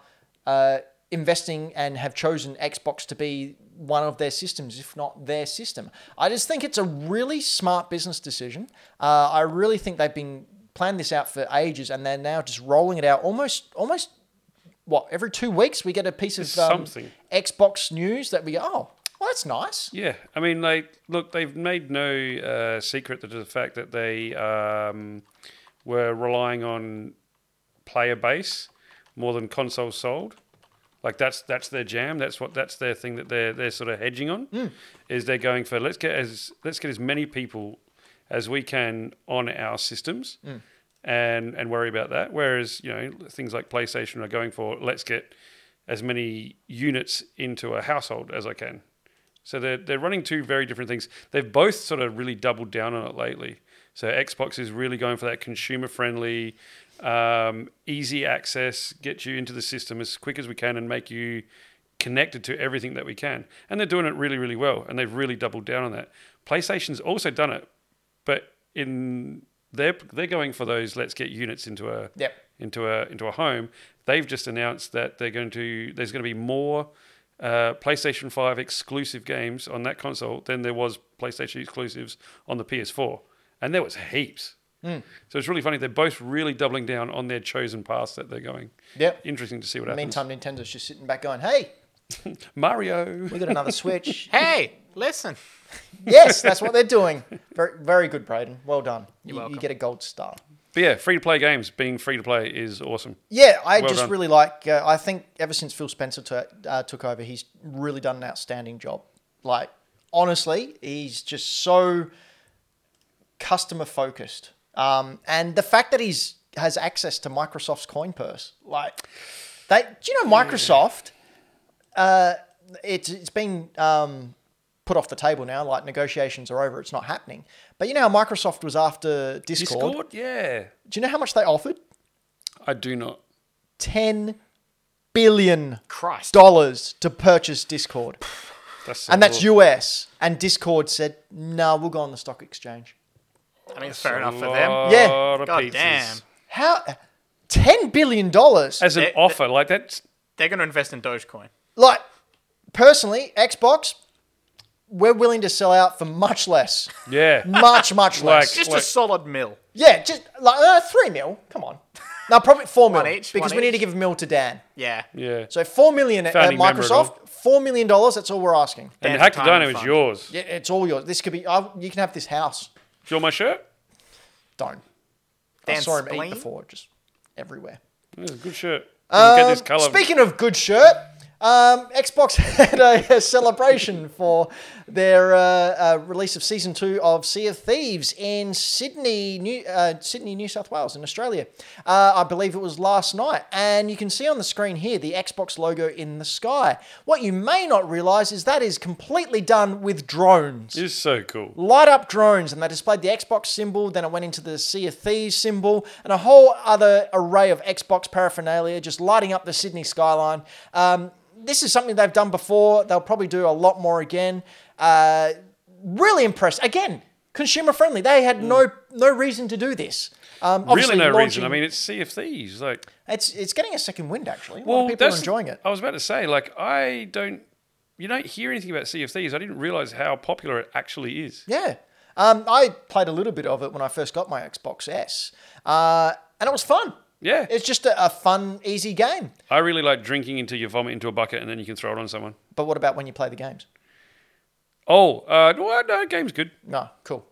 [SPEAKER 2] uh, investing and have chosen Xbox to be one of their systems, if not their system. I just think it's a really smart business decision. Uh, I really think they've been planning this out for ages, and they're now just rolling it out almost almost. What every two weeks we get a piece of
[SPEAKER 3] It's
[SPEAKER 2] um,
[SPEAKER 3] something.
[SPEAKER 2] Xbox news that we go, oh, well that's nice.
[SPEAKER 3] Yeah, I mean, like, look, they've made no uh, secret to the fact that they um, were relying on player base more than consoles sold. Like that's that's their jam. That's what that's their thing that they're they're sort of hedging on. Is they're going for let's get as let's get as many people as we can on our systems. And, and worry about that. Whereas you know things like PlayStation are going for let's get as many units into a household as I can. So they're, they're running two very different things. They've both sort of really doubled down on it lately. So Xbox is really going for that consumer friendly, um, easy access, get you into the system as quick as we can and make you connected to everything that we can. And they're doing it really, really well. And they've really doubled down on that. PlayStation's also done it, but in they're they're going for those let's get units into a
[SPEAKER 2] Yep.
[SPEAKER 3] into a into a home. They've just announced that they're going to there's going to be more uh, PlayStation Five exclusive games on that console than there was PlayStation exclusives on the PS4, and there was heaps.
[SPEAKER 2] Hmm.
[SPEAKER 3] So it's really funny. They're both really doubling down on their chosen paths that they're going.
[SPEAKER 2] Yep.
[SPEAKER 3] Interesting to see what
[SPEAKER 2] In the
[SPEAKER 3] happens.
[SPEAKER 2] meantime, Nintendo's just sitting back going, hey,
[SPEAKER 3] Mario.
[SPEAKER 2] we got another Switch.
[SPEAKER 1] Hey, listen.
[SPEAKER 2] yes, that's what they're doing. Very, very good, Braden. Well done. You, you
[SPEAKER 1] welcome.
[SPEAKER 2] get a gold star.
[SPEAKER 3] But yeah, free to play games being free to play is awesome.
[SPEAKER 2] Yeah, I
[SPEAKER 3] Well
[SPEAKER 2] just
[SPEAKER 3] done.
[SPEAKER 2] really like. Uh, I think ever since Phil Spencer t- uh, took over, he's really done an outstanding job. Like honestly, he's just so customer focused, um, and the fact that he's has access to Microsoft's coin purse, like they. Do you know Microsoft? Uh, it's it's been um, put off the table now. Like negotiations are over. It's not happening. But you know how Microsoft was after Discord.
[SPEAKER 3] Discord, yeah.
[SPEAKER 2] Do you know how much they offered?
[SPEAKER 3] I do not.
[SPEAKER 2] 10 billion
[SPEAKER 1] Christ.
[SPEAKER 2] dollars to purchase Discord.
[SPEAKER 3] That's so
[SPEAKER 2] And that's
[SPEAKER 3] cool.
[SPEAKER 2] US. And Discord said, nah, we'll go on the stock exchange.
[SPEAKER 1] I mean, it's fair enough for
[SPEAKER 3] Lot
[SPEAKER 1] them.
[SPEAKER 2] Yeah.
[SPEAKER 3] of
[SPEAKER 1] God
[SPEAKER 3] pizzas.
[SPEAKER 1] damn.
[SPEAKER 2] How? $10 billion? dollars?
[SPEAKER 3] As an
[SPEAKER 1] They-
[SPEAKER 3] offer, like that's
[SPEAKER 1] They're going to invest in Dogecoin.
[SPEAKER 2] Like, personally, Xbox, we're willing to sell out for much less.
[SPEAKER 3] yeah.
[SPEAKER 2] Much, much
[SPEAKER 3] Like-
[SPEAKER 2] less.
[SPEAKER 1] Just
[SPEAKER 3] Like-
[SPEAKER 1] a solid mill.
[SPEAKER 2] yeah, just like uh, three mil.
[SPEAKER 1] [laughs]
[SPEAKER 2] Come on. No, probably four mil.
[SPEAKER 1] each,
[SPEAKER 2] because
[SPEAKER 1] one
[SPEAKER 2] we need to
[SPEAKER 1] each.
[SPEAKER 2] give a mil to Dan.
[SPEAKER 1] Yeah.
[SPEAKER 3] Yeah.
[SPEAKER 2] So four million at, at
[SPEAKER 3] Founding member of all.
[SPEAKER 2] Microsoft, four million dollars. That's all we're asking.
[SPEAKER 3] and
[SPEAKER 1] Dan's
[SPEAKER 3] Hack the
[SPEAKER 1] retirement
[SPEAKER 3] Dino is
[SPEAKER 1] fund.
[SPEAKER 3] yours.
[SPEAKER 2] Yeah, it's all yours. This could be. I, you can have this house.
[SPEAKER 3] Do you want my shirt?
[SPEAKER 2] Don't. I
[SPEAKER 1] Dan's
[SPEAKER 2] saw him
[SPEAKER 1] spleen?
[SPEAKER 2] eat before, just everywhere.
[SPEAKER 3] It's a good shirt. You can get this
[SPEAKER 2] Um,
[SPEAKER 3] color.
[SPEAKER 2] Speaking of good shirt, Um, Xbox [laughs] had a, a celebration for their uh, uh, release of season two of Sea of Thieves in Sydney, New uh, Sydney, New South Wales, in Australia. Uh, I believe it was last night, and you can see on the screen here the Xbox logo in the sky. What you may not realise is that is completely done with drones
[SPEAKER 3] It's so cool.
[SPEAKER 2] light up drones and they displayed the Xbox symbol, then it went into the Sea of Thieves symbol, and a whole other array of Xbox paraphernalia just lighting up the Sydney skyline. Um, this is something they've done before. They'll probably do a lot more again. Uh, really impressed. Again, consumer friendly. They had no no reason to do this. Um,
[SPEAKER 3] Really,
[SPEAKER 2] obviously
[SPEAKER 3] no
[SPEAKER 2] launching-
[SPEAKER 3] reason. I mean, it's Sea of Thieves. Like,
[SPEAKER 2] it's it's getting a second wind actually. A lot
[SPEAKER 3] well,
[SPEAKER 2] of people are
[SPEAKER 3] that's-
[SPEAKER 2] enjoying it.
[SPEAKER 3] I was about to say, like, I don't. You don't hear anything about Sea of Thieves. I didn't realize how popular it actually is.
[SPEAKER 2] Yeah. Um, I played a little bit of it when I first got my Xbox S, uh, and it was fun.
[SPEAKER 3] Yeah.
[SPEAKER 2] It's just a, a fun, easy game.
[SPEAKER 3] I really like drinking until you vomit into a bucket and then you can throw it on someone.
[SPEAKER 2] But what about when you play the games?
[SPEAKER 3] Oh, uh, well, no, game's good.
[SPEAKER 2] No, cool.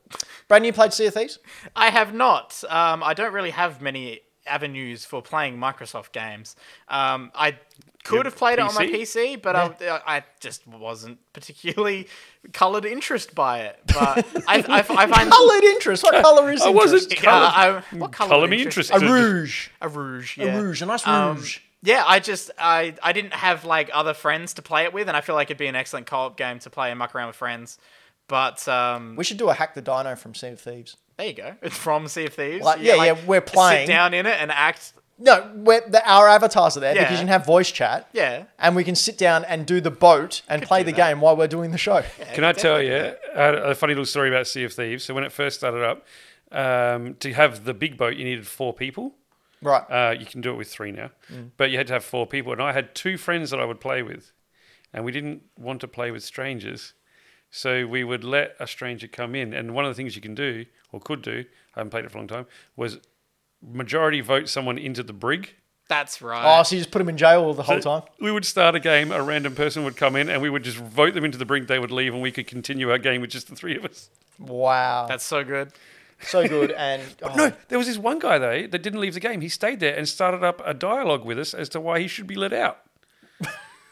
[SPEAKER 2] Brandon, you played Sea of Thieves?
[SPEAKER 1] I have not. Um, I don't really have many avenues for playing Microsoft games. Um, I could have played it on my PC, but I, I just wasn't particularly coloured interest by it. But I, I, I
[SPEAKER 2] [laughs]
[SPEAKER 1] find
[SPEAKER 2] Coloured interest. What colour is
[SPEAKER 3] [laughs] I
[SPEAKER 2] interest?
[SPEAKER 3] wasn't
[SPEAKER 1] Uh,
[SPEAKER 3] coloured.
[SPEAKER 1] I- what colour?
[SPEAKER 3] Colour
[SPEAKER 1] would
[SPEAKER 3] me
[SPEAKER 1] interest-
[SPEAKER 3] interested.
[SPEAKER 2] A rouge.
[SPEAKER 1] A rouge. Yeah.
[SPEAKER 2] rouge, a nice
[SPEAKER 1] Um,
[SPEAKER 2] rouge.
[SPEAKER 1] yeah, I just I I didn't have like other friends to play it with, and I feel like it'd be an excellent co-op game to play and muck around with friends. But um,
[SPEAKER 2] We should do a hack the dino from Sea of Thieves.
[SPEAKER 1] there you go. [laughs] It's from Sea of Thieves.
[SPEAKER 2] Like, yeah, yeah, we're playing.
[SPEAKER 1] Sit down in it and act.
[SPEAKER 2] No, we're, the, our avatars are there because
[SPEAKER 1] Yeah.
[SPEAKER 2] you can have voice chat.
[SPEAKER 1] Yeah.
[SPEAKER 2] And we can sit down and do the boat and play the game while we're doing the show.
[SPEAKER 3] Can I tell you uh, a funny little story about Sea of Thieves? So when it first started up, um, to have the big boat, you needed four people.
[SPEAKER 2] Right.
[SPEAKER 3] Uh, you can do it with three now, but you had to have four people. And I had two friends that I would play with, and we didn't want to play with strangers. So we would let a stranger come in. And one of the things you can do, or could do, I haven't played it for a long time, was majority vote someone into the brig.
[SPEAKER 1] That's right.
[SPEAKER 2] oh, so you just put him in jail the whole time?
[SPEAKER 3] We would start a game, a random person would come in, and we would just vote them into the brink, they would leave, and we could continue our game with just the three of us.
[SPEAKER 2] Wow.
[SPEAKER 1] That's so good.
[SPEAKER 2] so good.
[SPEAKER 3] [laughs]
[SPEAKER 2] And oh,
[SPEAKER 3] No, there was this one guy, though, that didn't leave the game. He stayed there and started up a dialogue with us as to why he should be let out.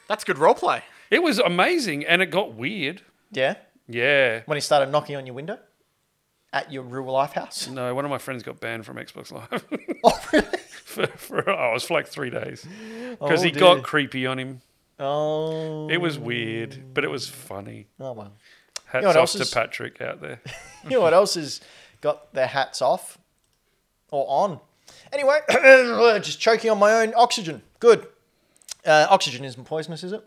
[SPEAKER 1] That's good roleplay.
[SPEAKER 3] It was amazing, and it got weird.
[SPEAKER 2] yeah.
[SPEAKER 3] Yeah.
[SPEAKER 2] When he started knocking on your window at your real life house.
[SPEAKER 3] No, one of my friends got banned from Xbox
[SPEAKER 2] [laughs]
[SPEAKER 3] Live. oh, really? [laughs] For, for, oh, it was for like three days. Because
[SPEAKER 2] Oh,
[SPEAKER 3] he
[SPEAKER 2] dear.
[SPEAKER 3] got creepy on him.
[SPEAKER 2] [laughs] Oh.
[SPEAKER 3] It was weird, but it was funny.
[SPEAKER 2] Oh, well.
[SPEAKER 3] Hats
[SPEAKER 2] know what
[SPEAKER 3] off
[SPEAKER 2] else
[SPEAKER 3] to
[SPEAKER 2] is-
[SPEAKER 3] Patrick out there.
[SPEAKER 2] You know what else has got their hats off or on? Anyway, [coughs] just choking on my own oxygen. Good. Uh, oxygen isn't poisonous, is it?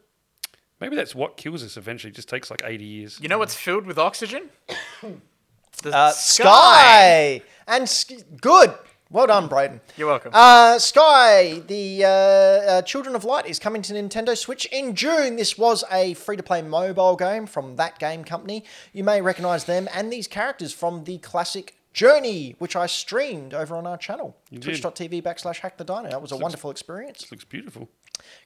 [SPEAKER 3] Maybe that's what kills us eventually. It just takes like 80 years.
[SPEAKER 1] You know what's filled with
[SPEAKER 2] [coughs]
[SPEAKER 1] oxygen? The
[SPEAKER 2] Mm. Uh, sky. and sk- good. Well done, Brayden.
[SPEAKER 1] You're welcome.
[SPEAKER 2] Uh, Sky, the uh, uh, Children of Light is coming to Nintendo Switch in June. This was a free to play mobile game from that game company. You may recognize them and these characters from the classic Journey, which I streamed over on our channel,
[SPEAKER 3] did.
[SPEAKER 2] twitch.tv backslash hack the dino. That was a wonderful experience.
[SPEAKER 3] This looks beautiful.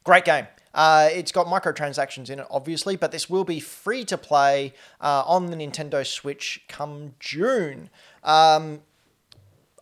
[SPEAKER 2] Great game. Uh, it's got microtransactions in it, obviously, but this will be free to play uh, on the Nintendo Switch come June. Um,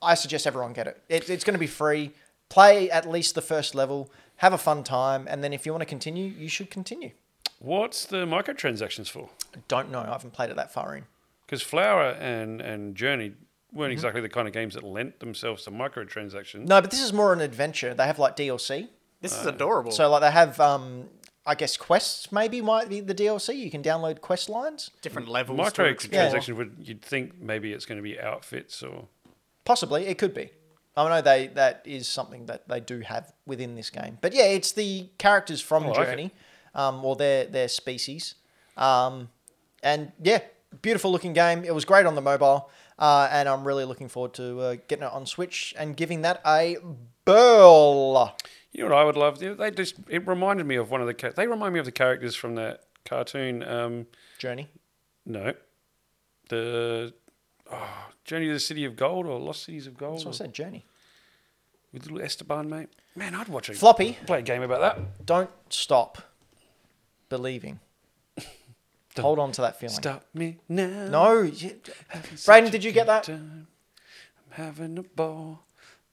[SPEAKER 2] I suggest everyone get it. it it's going to be free. Play at least the first level, have a fun time, and then if you want to continue, you should continue.
[SPEAKER 3] What's the microtransactions for?
[SPEAKER 2] I don't know. I haven't played it that far in.
[SPEAKER 3] Because Flower and, and Journey
[SPEAKER 2] Mm-hmm.
[SPEAKER 3] weren't exactly the kind of games that lent themselves to microtransactions.
[SPEAKER 2] No, but this is more an adventure. They have like DLC.
[SPEAKER 1] this is adorable.
[SPEAKER 2] uh, So, like, they have, um, I guess, quests maybe might be the DLC. You can download quest lines.
[SPEAKER 1] Different levels. to explore.
[SPEAKER 3] Microtransactions would you'd think maybe it's going to be outfits or
[SPEAKER 2] Possibly, it could be. I know they that is something that they do have within this game. But yeah, it's the characters from
[SPEAKER 3] Oh, I like
[SPEAKER 2] Journey, um, or their their species, um, and yeah, beautiful looking game. It was great on the mobile, uh, and I'm really looking forward to uh, getting it on Switch and giving that a burl.
[SPEAKER 3] You know what I would love? They- They just it reminded me of one of the cha- they remind me of the characters from that cartoon. Um,
[SPEAKER 2] Journey,
[SPEAKER 3] no, the oh, Journey to the City of Gold or Lost Cities of Gold
[SPEAKER 2] that's what I
[SPEAKER 3] or,
[SPEAKER 2] said. Journey.
[SPEAKER 3] with little Esteban, mate. Man, I'd watch a
[SPEAKER 2] Floppy,
[SPEAKER 3] play a game about that.
[SPEAKER 2] don't stop
[SPEAKER 3] [laughs]
[SPEAKER 2] believing. Hold on to that feeling.
[SPEAKER 3] Stop me now.
[SPEAKER 2] No, you-
[SPEAKER 3] Having such
[SPEAKER 2] Brayden,
[SPEAKER 3] a
[SPEAKER 2] did you
[SPEAKER 3] good
[SPEAKER 2] get that?
[SPEAKER 3] time. I'm having a ball.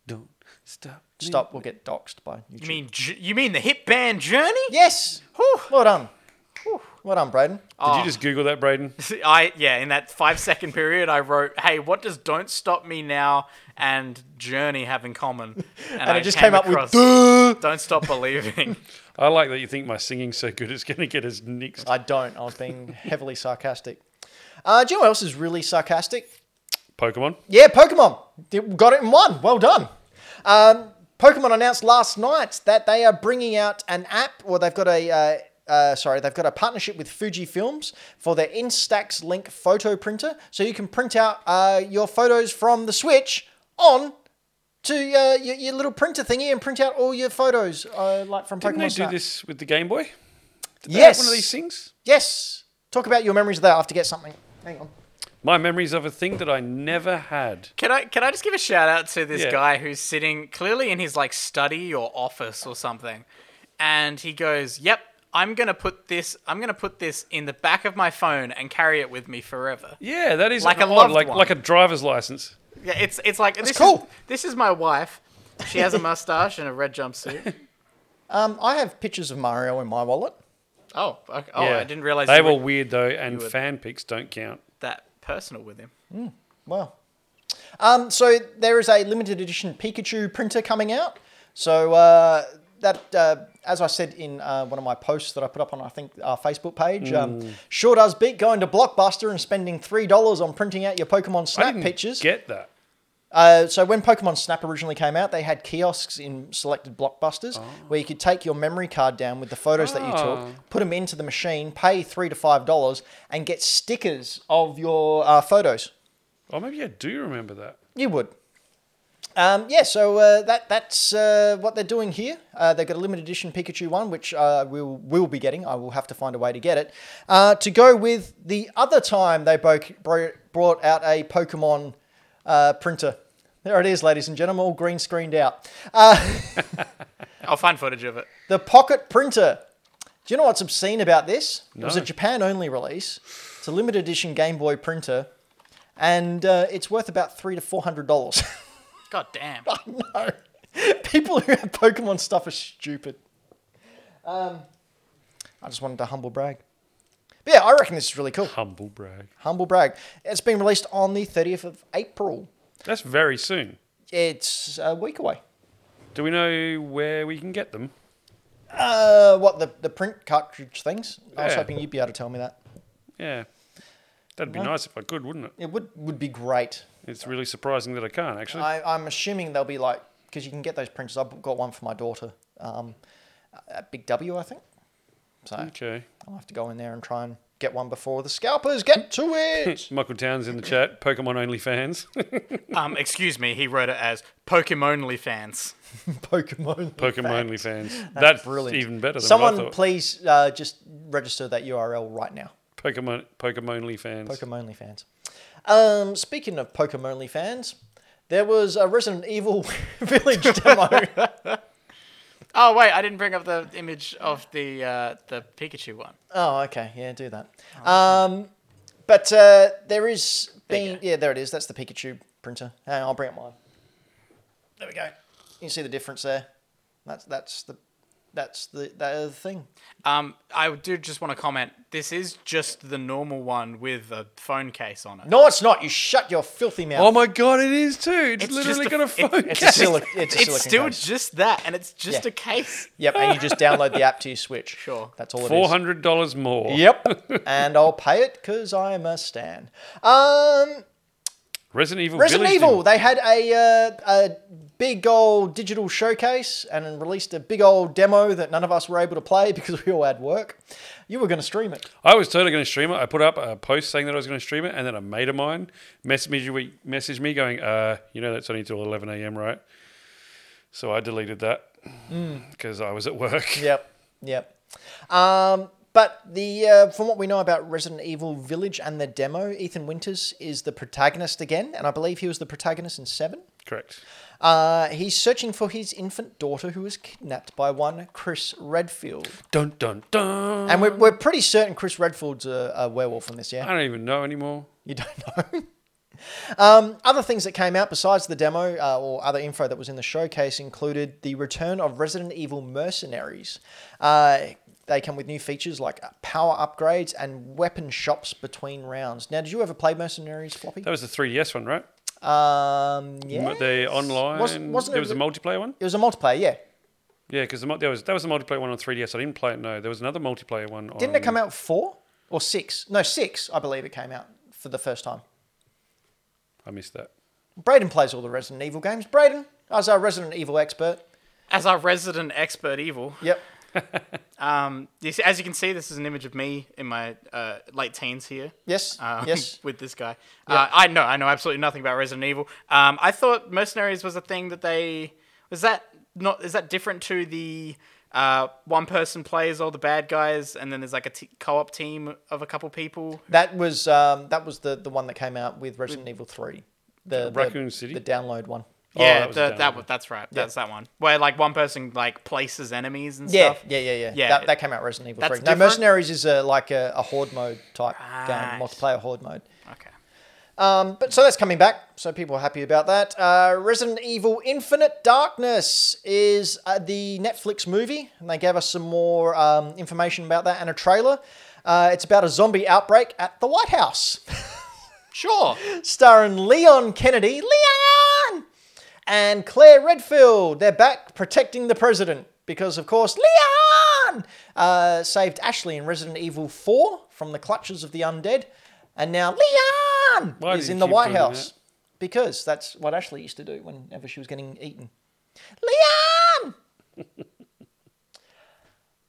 [SPEAKER 3] Don't Stop.
[SPEAKER 2] Stop. We'll get doxxed by YouTube.
[SPEAKER 1] You mean J- you mean the hip band Journey?
[SPEAKER 2] Yes. Well done. Well done, Braden.
[SPEAKER 3] Did you just Google that, Braden?
[SPEAKER 1] [laughs] I yeah, in that five second period, I wrote, "Hey, what does Don't Stop Me Now and Journey have in
[SPEAKER 2] [laughs]
[SPEAKER 1] common?" And,
[SPEAKER 2] And
[SPEAKER 1] I
[SPEAKER 2] it just came up with.
[SPEAKER 1] across
[SPEAKER 2] [laughs] Duh.
[SPEAKER 1] Don't Stop Believing.
[SPEAKER 3] I like that you think my singing's so good it's going to get us nixed.
[SPEAKER 2] I don't. I was being [laughs] heavily sarcastic. Uh, do you know what else is really sarcastic?
[SPEAKER 3] Pokemon.
[SPEAKER 2] Yeah, Pokemon. They Got it in one. Well done. Um, Pokemon announced last night that they are bringing out an app, or they've got a. Uh, uh, sorry, they've got a partnership with Fuji Films for their Instax Link photo printer, so you can print out uh, your photos from the Switch on to uh, your, your little printer thingy and print out all your photos, uh, like from
[SPEAKER 3] Didn't
[SPEAKER 2] Pokemon.
[SPEAKER 3] they do
[SPEAKER 2] Snap.
[SPEAKER 3] this with the Game Boy? Did they
[SPEAKER 2] Yes.
[SPEAKER 3] have one of these things?
[SPEAKER 2] Yes. Talk about your memories of that. I have to get something. Hang on.
[SPEAKER 3] My memories of a thing that I never had.
[SPEAKER 1] Can I can I just give a shout out to this
[SPEAKER 3] Yeah.
[SPEAKER 1] guy who's sitting clearly in his like study or office or something, and he goes, "Yep, I'm gonna put this. I'm gonna put this in the back of my phone and carry it with me forever."
[SPEAKER 3] Yeah, that is
[SPEAKER 1] Like
[SPEAKER 3] an
[SPEAKER 1] a
[SPEAKER 3] odd-
[SPEAKER 1] loved
[SPEAKER 3] like
[SPEAKER 1] one.
[SPEAKER 3] like a driver's license.
[SPEAKER 1] Yeah, it's it's like this
[SPEAKER 2] cool.
[SPEAKER 1] Is, this is my wife. She has a mustache and a red jumpsuit.
[SPEAKER 2] Um, I have pictures of Mario in my wallet.
[SPEAKER 1] Oh, okay. oh,
[SPEAKER 3] yeah.
[SPEAKER 1] I didn't realize
[SPEAKER 3] they
[SPEAKER 1] you
[SPEAKER 3] were
[SPEAKER 1] were
[SPEAKER 3] weird though, and
[SPEAKER 1] would-
[SPEAKER 3] fan pics don't count.
[SPEAKER 1] that personal with him.
[SPEAKER 2] Wow. Um, so there is a limited edition Pikachu printer coming out. So uh, that, uh, as I said in uh, one of my posts that I put up on, I think our Facebook page,
[SPEAKER 3] Hmm.
[SPEAKER 2] um, sure does beat going to Blockbuster and spending three dollars on printing out your Pokemon
[SPEAKER 3] I
[SPEAKER 2] Snap
[SPEAKER 3] didn't
[SPEAKER 2] pictures.
[SPEAKER 3] Get that?
[SPEAKER 2] Uh, so when Pokemon Snap originally came out, they had kiosks in selected blockbusters
[SPEAKER 3] Oh.
[SPEAKER 2] where you could take your memory card down with the photos that
[SPEAKER 3] Ah.
[SPEAKER 2] you took, put them into the machine, pay three to five dollars, and get stickers of your uh, photos.
[SPEAKER 3] Oh, maybe I do remember that.
[SPEAKER 2] You would. Um, yeah, so uh, that that's uh, what they're doing here. Uh, they've got a limited edition Pikachu one, which uh, we will will be getting. I will have to find a way to get it. Uh, to go with the other time they bo- bro- brought out a Pokemon uh, printer. There it is, ladies and gentlemen, all green screened out.
[SPEAKER 1] I'll find footage of it.
[SPEAKER 2] The pocket printer. Do you know what's obscene about this? It was a
[SPEAKER 3] No.
[SPEAKER 2] Japan only release. It's a limited edition Game Boy printer, and uh, it's worth about three to four hundred dollars. [laughs]
[SPEAKER 1] God
[SPEAKER 3] [laughs]
[SPEAKER 1] damn.
[SPEAKER 2] no. [laughs] People who have Pokemon stuff are stupid. Um, I just wanted to humble brag. But yeah, I reckon this is really cool.
[SPEAKER 3] Humble brag.
[SPEAKER 2] Humble brag. It's been released on the 30th of April.
[SPEAKER 3] That's very soon.
[SPEAKER 2] It's a week away.
[SPEAKER 3] Do we know where we can get them?
[SPEAKER 2] Uh, what, the, the print cartridge things? I was
[SPEAKER 3] Yeah.
[SPEAKER 2] hoping you'd be able to tell me that.
[SPEAKER 3] Yeah, that'd be nice if I could, wouldn't it?
[SPEAKER 2] It would, would be great.
[SPEAKER 3] It's really surprising that I can't actually.
[SPEAKER 2] I, I'm assuming they'll be like, because you can get those printers. I've got one for my daughter um, at Big W, I think. So
[SPEAKER 3] okay.
[SPEAKER 2] I'll have to go in there and try and get one before the scalpers get to
[SPEAKER 3] [laughs]
[SPEAKER 2] it. [laughs]
[SPEAKER 3] Michael Towns in the chat. Pokemon only fans. [laughs]
[SPEAKER 1] Um, excuse me. He wrote it as Pokemonly fans.
[SPEAKER 2] Pokemon. [laughs]
[SPEAKER 3] Pokemon only fans. That's,
[SPEAKER 2] brilliant.
[SPEAKER 3] even better than
[SPEAKER 2] Someone,
[SPEAKER 3] what I thought.
[SPEAKER 2] please uh, just register that URL right now.
[SPEAKER 3] Pokemon Pokemon only fans.
[SPEAKER 2] Pokemon fans. Um, speaking of Pokemon fans, there was a Resident Evil [laughs] Village demo.
[SPEAKER 3] [laughs]
[SPEAKER 1] Oh wait, I didn't bring up the image of the uh, the Pikachu one.
[SPEAKER 2] oh, okay. Yeah, do that.
[SPEAKER 3] Oh,
[SPEAKER 2] Um, but uh, there is
[SPEAKER 1] you
[SPEAKER 2] being
[SPEAKER 1] go.
[SPEAKER 2] yeah, there it is. That's the Pikachu printer. Hang on, I'll bring up mine. There we go. You can see the difference there. That's that's the that's the that other thing.
[SPEAKER 1] Um, I do just want to comment. This is just the normal one with a phone case on it.
[SPEAKER 2] No, it's not. You shut your filthy mouth.
[SPEAKER 3] Oh my god, it is too. It's,
[SPEAKER 1] It's
[SPEAKER 3] literally
[SPEAKER 1] just
[SPEAKER 3] got a
[SPEAKER 1] f- it-
[SPEAKER 3] phone.
[SPEAKER 2] It's
[SPEAKER 3] case.
[SPEAKER 2] a silicon. It's, a
[SPEAKER 1] It's
[SPEAKER 2] silicon
[SPEAKER 1] still
[SPEAKER 2] case.
[SPEAKER 1] just that, and it's just
[SPEAKER 2] Yeah.
[SPEAKER 1] a case.
[SPEAKER 2] Yep, and you just download the app to your Switch.
[SPEAKER 1] Sure.
[SPEAKER 2] that's all it is.
[SPEAKER 3] Four hundred dollars more.
[SPEAKER 2] Yep, and I'll pay it because I'm a stan. Um,
[SPEAKER 3] Resident Evil.
[SPEAKER 2] Resident
[SPEAKER 3] Village
[SPEAKER 2] Evil.
[SPEAKER 3] didn't-
[SPEAKER 2] They had a uh, a big old digital showcase and then released a big old demo that none of us were able to play [laughs] because we all had work. You were going to stream it.
[SPEAKER 3] I was totally going to stream it. I put up a post saying that I was going to stream it, and then a mate of mine messaged me, messaged me going, uh, "You know that's only till eleven a.m. right?" So I deleted that
[SPEAKER 2] Mm.
[SPEAKER 3] because I was at work.
[SPEAKER 2] Yep, yep. Um, but the uh, from what we know about Resident Evil Village and the demo, Ethan Winters is the protagonist again, and I believe he was the protagonist in Seven.
[SPEAKER 3] [laughs] Correct.
[SPEAKER 2] Uh, he's searching for his infant daughter who was kidnapped by one Chris Redfield.
[SPEAKER 3] Dun dun dun.
[SPEAKER 2] And we're, we're pretty certain Chris Redfield's a, a werewolf in this,
[SPEAKER 3] I
[SPEAKER 2] yeah?
[SPEAKER 3] don't even know anymore.
[SPEAKER 2] You don't [laughs] know? Um, other things that came out besides the demo uh, or other info that was in the showcase included the return of Resident Evil Mercenaries. Uh, they come with new features like power upgrades and weapon shops between rounds. Now, did you ever play Mercenaries, Floppy?
[SPEAKER 3] That was the 3DS one, right?
[SPEAKER 2] Um,
[SPEAKER 3] M-
[SPEAKER 2] yeah.
[SPEAKER 3] The online.
[SPEAKER 2] Wasn't- wasn't it
[SPEAKER 3] there was a
[SPEAKER 2] re-
[SPEAKER 3] multiplayer one.
[SPEAKER 2] It was a multiplayer, yeah.
[SPEAKER 3] Yeah, because the, mul- there was that was the multiplayer one on 3DS. I didn't play it. No, there was another multiplayer one.
[SPEAKER 2] Didn't it come out four or six? No, six, I believe it came out for the first time.
[SPEAKER 3] I missed that.
[SPEAKER 2] Braden plays all the Resident Evil games. Braden, as our Resident Evil expert.
[SPEAKER 1] As our resident expert evil,
[SPEAKER 2] Yep.
[SPEAKER 1] um, you see, as you can see, this is an image of me in my uh, late teens here.
[SPEAKER 2] Yes.
[SPEAKER 1] um, [laughs]
[SPEAKER 2] yes.
[SPEAKER 1] with this guy. Uh, I know, I know absolutely nothing about Resident Evil. Um, I thought Mercenaries was a thing that they was that not is that different to the uh, one person plays all the bad guys and then there's like a t- co-op team of a couple people.
[SPEAKER 2] That was um, that was the, the one that came out with Resident Evil Three, the the-
[SPEAKER 3] Raccoon City?
[SPEAKER 2] the download one.
[SPEAKER 1] yeah,
[SPEAKER 3] Oh, that was
[SPEAKER 1] the-
[SPEAKER 3] a
[SPEAKER 1] that,
[SPEAKER 3] download.
[SPEAKER 1] wa- that's right. That's that one where like one person like places enemies and
[SPEAKER 2] Yeah,
[SPEAKER 1] stuff.
[SPEAKER 2] yeah, yeah, yeah,
[SPEAKER 1] Yeah.
[SPEAKER 2] That, that came out Resident Evil
[SPEAKER 1] That's
[SPEAKER 2] Three.
[SPEAKER 1] different?
[SPEAKER 2] No, Mercenaries is a, like a, a horde mode type
[SPEAKER 1] Right.
[SPEAKER 2] game, multiplayer horde mode.
[SPEAKER 1] Okay.
[SPEAKER 2] Um, but so that's coming back. So people are happy about that. Uh, Resident Evil Infinite Darkness is uh, the Netflix movie, and they gave us some more um, information about that and a trailer. Uh, it's about a zombie outbreak at the White House,
[SPEAKER 1] Sure.
[SPEAKER 2] starring Leon Kennedy, Leon, and Claire Redfield. They're back protecting the president because, of course, Leon uh, saved Ashley in Resident Evil 4 from the clutches of the undead, and now Leon
[SPEAKER 3] Why
[SPEAKER 2] is
[SPEAKER 3] do you
[SPEAKER 2] in the
[SPEAKER 3] keep
[SPEAKER 2] White
[SPEAKER 3] doing
[SPEAKER 2] House
[SPEAKER 3] that?
[SPEAKER 2] because that's what Ashley used to do whenever she was getting eaten. Leon.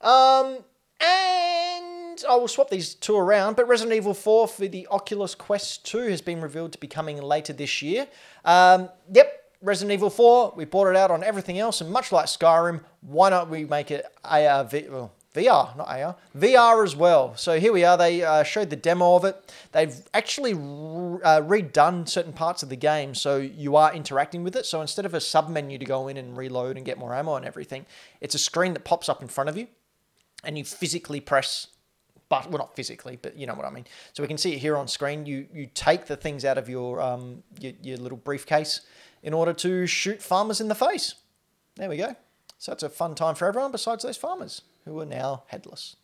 [SPEAKER 2] um, and I will swap these two around. But Resident Evil Four for the Oculus Quest Two has been revealed to be coming later this year. Um, yep. Resident Evil 4, we bought it out on everything else, and much like Skyrim, why not we make it AR, V- well, VR, not AR, VR as well. So here we are. They uh, showed the demo of it. They've actually re- uh, redone certain parts of the game, so you are interacting with it. So instead of a sub menu to go in and reload and get more ammo and everything, it's a screen that pops up in front of you, and you physically press. But well, not physically, but you know what I mean. So we can see it here on screen. You you take the things out of your um your, your little briefcase in order to shoot farmers in the face. There we go. So it's a fun time for everyone besides those farmers who are now headless.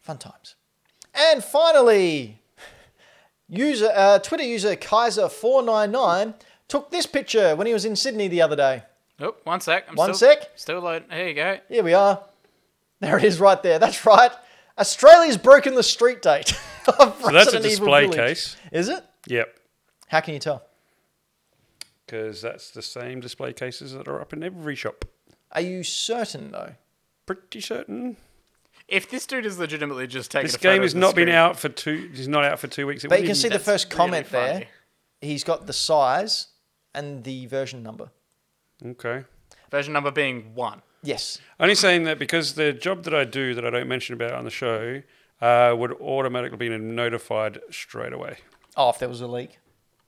[SPEAKER 2] Fun times. And finally, user uh, Twitter user Kaiser499 took this picture when he was in Sydney the other day.
[SPEAKER 1] Oh, one sec. I'm
[SPEAKER 2] One
[SPEAKER 1] still,
[SPEAKER 2] sec.
[SPEAKER 1] Still loading. Here you go.
[SPEAKER 2] Here we are. There it is right there. That's right. Australia's broken the street date. [laughs] of
[SPEAKER 3] So that's a
[SPEAKER 2] Resident Evil
[SPEAKER 3] display
[SPEAKER 2] Village.
[SPEAKER 3] case.
[SPEAKER 2] Is it?
[SPEAKER 3] Yep.
[SPEAKER 2] How can you tell?
[SPEAKER 3] Because that's the same display cases that are up in every shop.
[SPEAKER 2] Are you certain though?
[SPEAKER 3] Pretty certain.
[SPEAKER 1] If this dude is legitimately just taking
[SPEAKER 3] This
[SPEAKER 1] a photo
[SPEAKER 3] game
[SPEAKER 1] of
[SPEAKER 3] has
[SPEAKER 1] the
[SPEAKER 3] not been
[SPEAKER 1] screen,
[SPEAKER 3] out for two. It's not out for two weeks. It
[SPEAKER 2] But you
[SPEAKER 3] wouldn't
[SPEAKER 2] can see
[SPEAKER 3] even-
[SPEAKER 2] the
[SPEAKER 1] that's
[SPEAKER 2] first
[SPEAKER 1] really
[SPEAKER 2] comment there.
[SPEAKER 1] funny.
[SPEAKER 2] He's got the size and the version number.
[SPEAKER 3] Okay.
[SPEAKER 1] version number being one.
[SPEAKER 2] Yes.
[SPEAKER 3] Only saying that because the job that I do that I don't mention about on the show uh, would automatically be notified straight away
[SPEAKER 2] Oh, if there was a leak.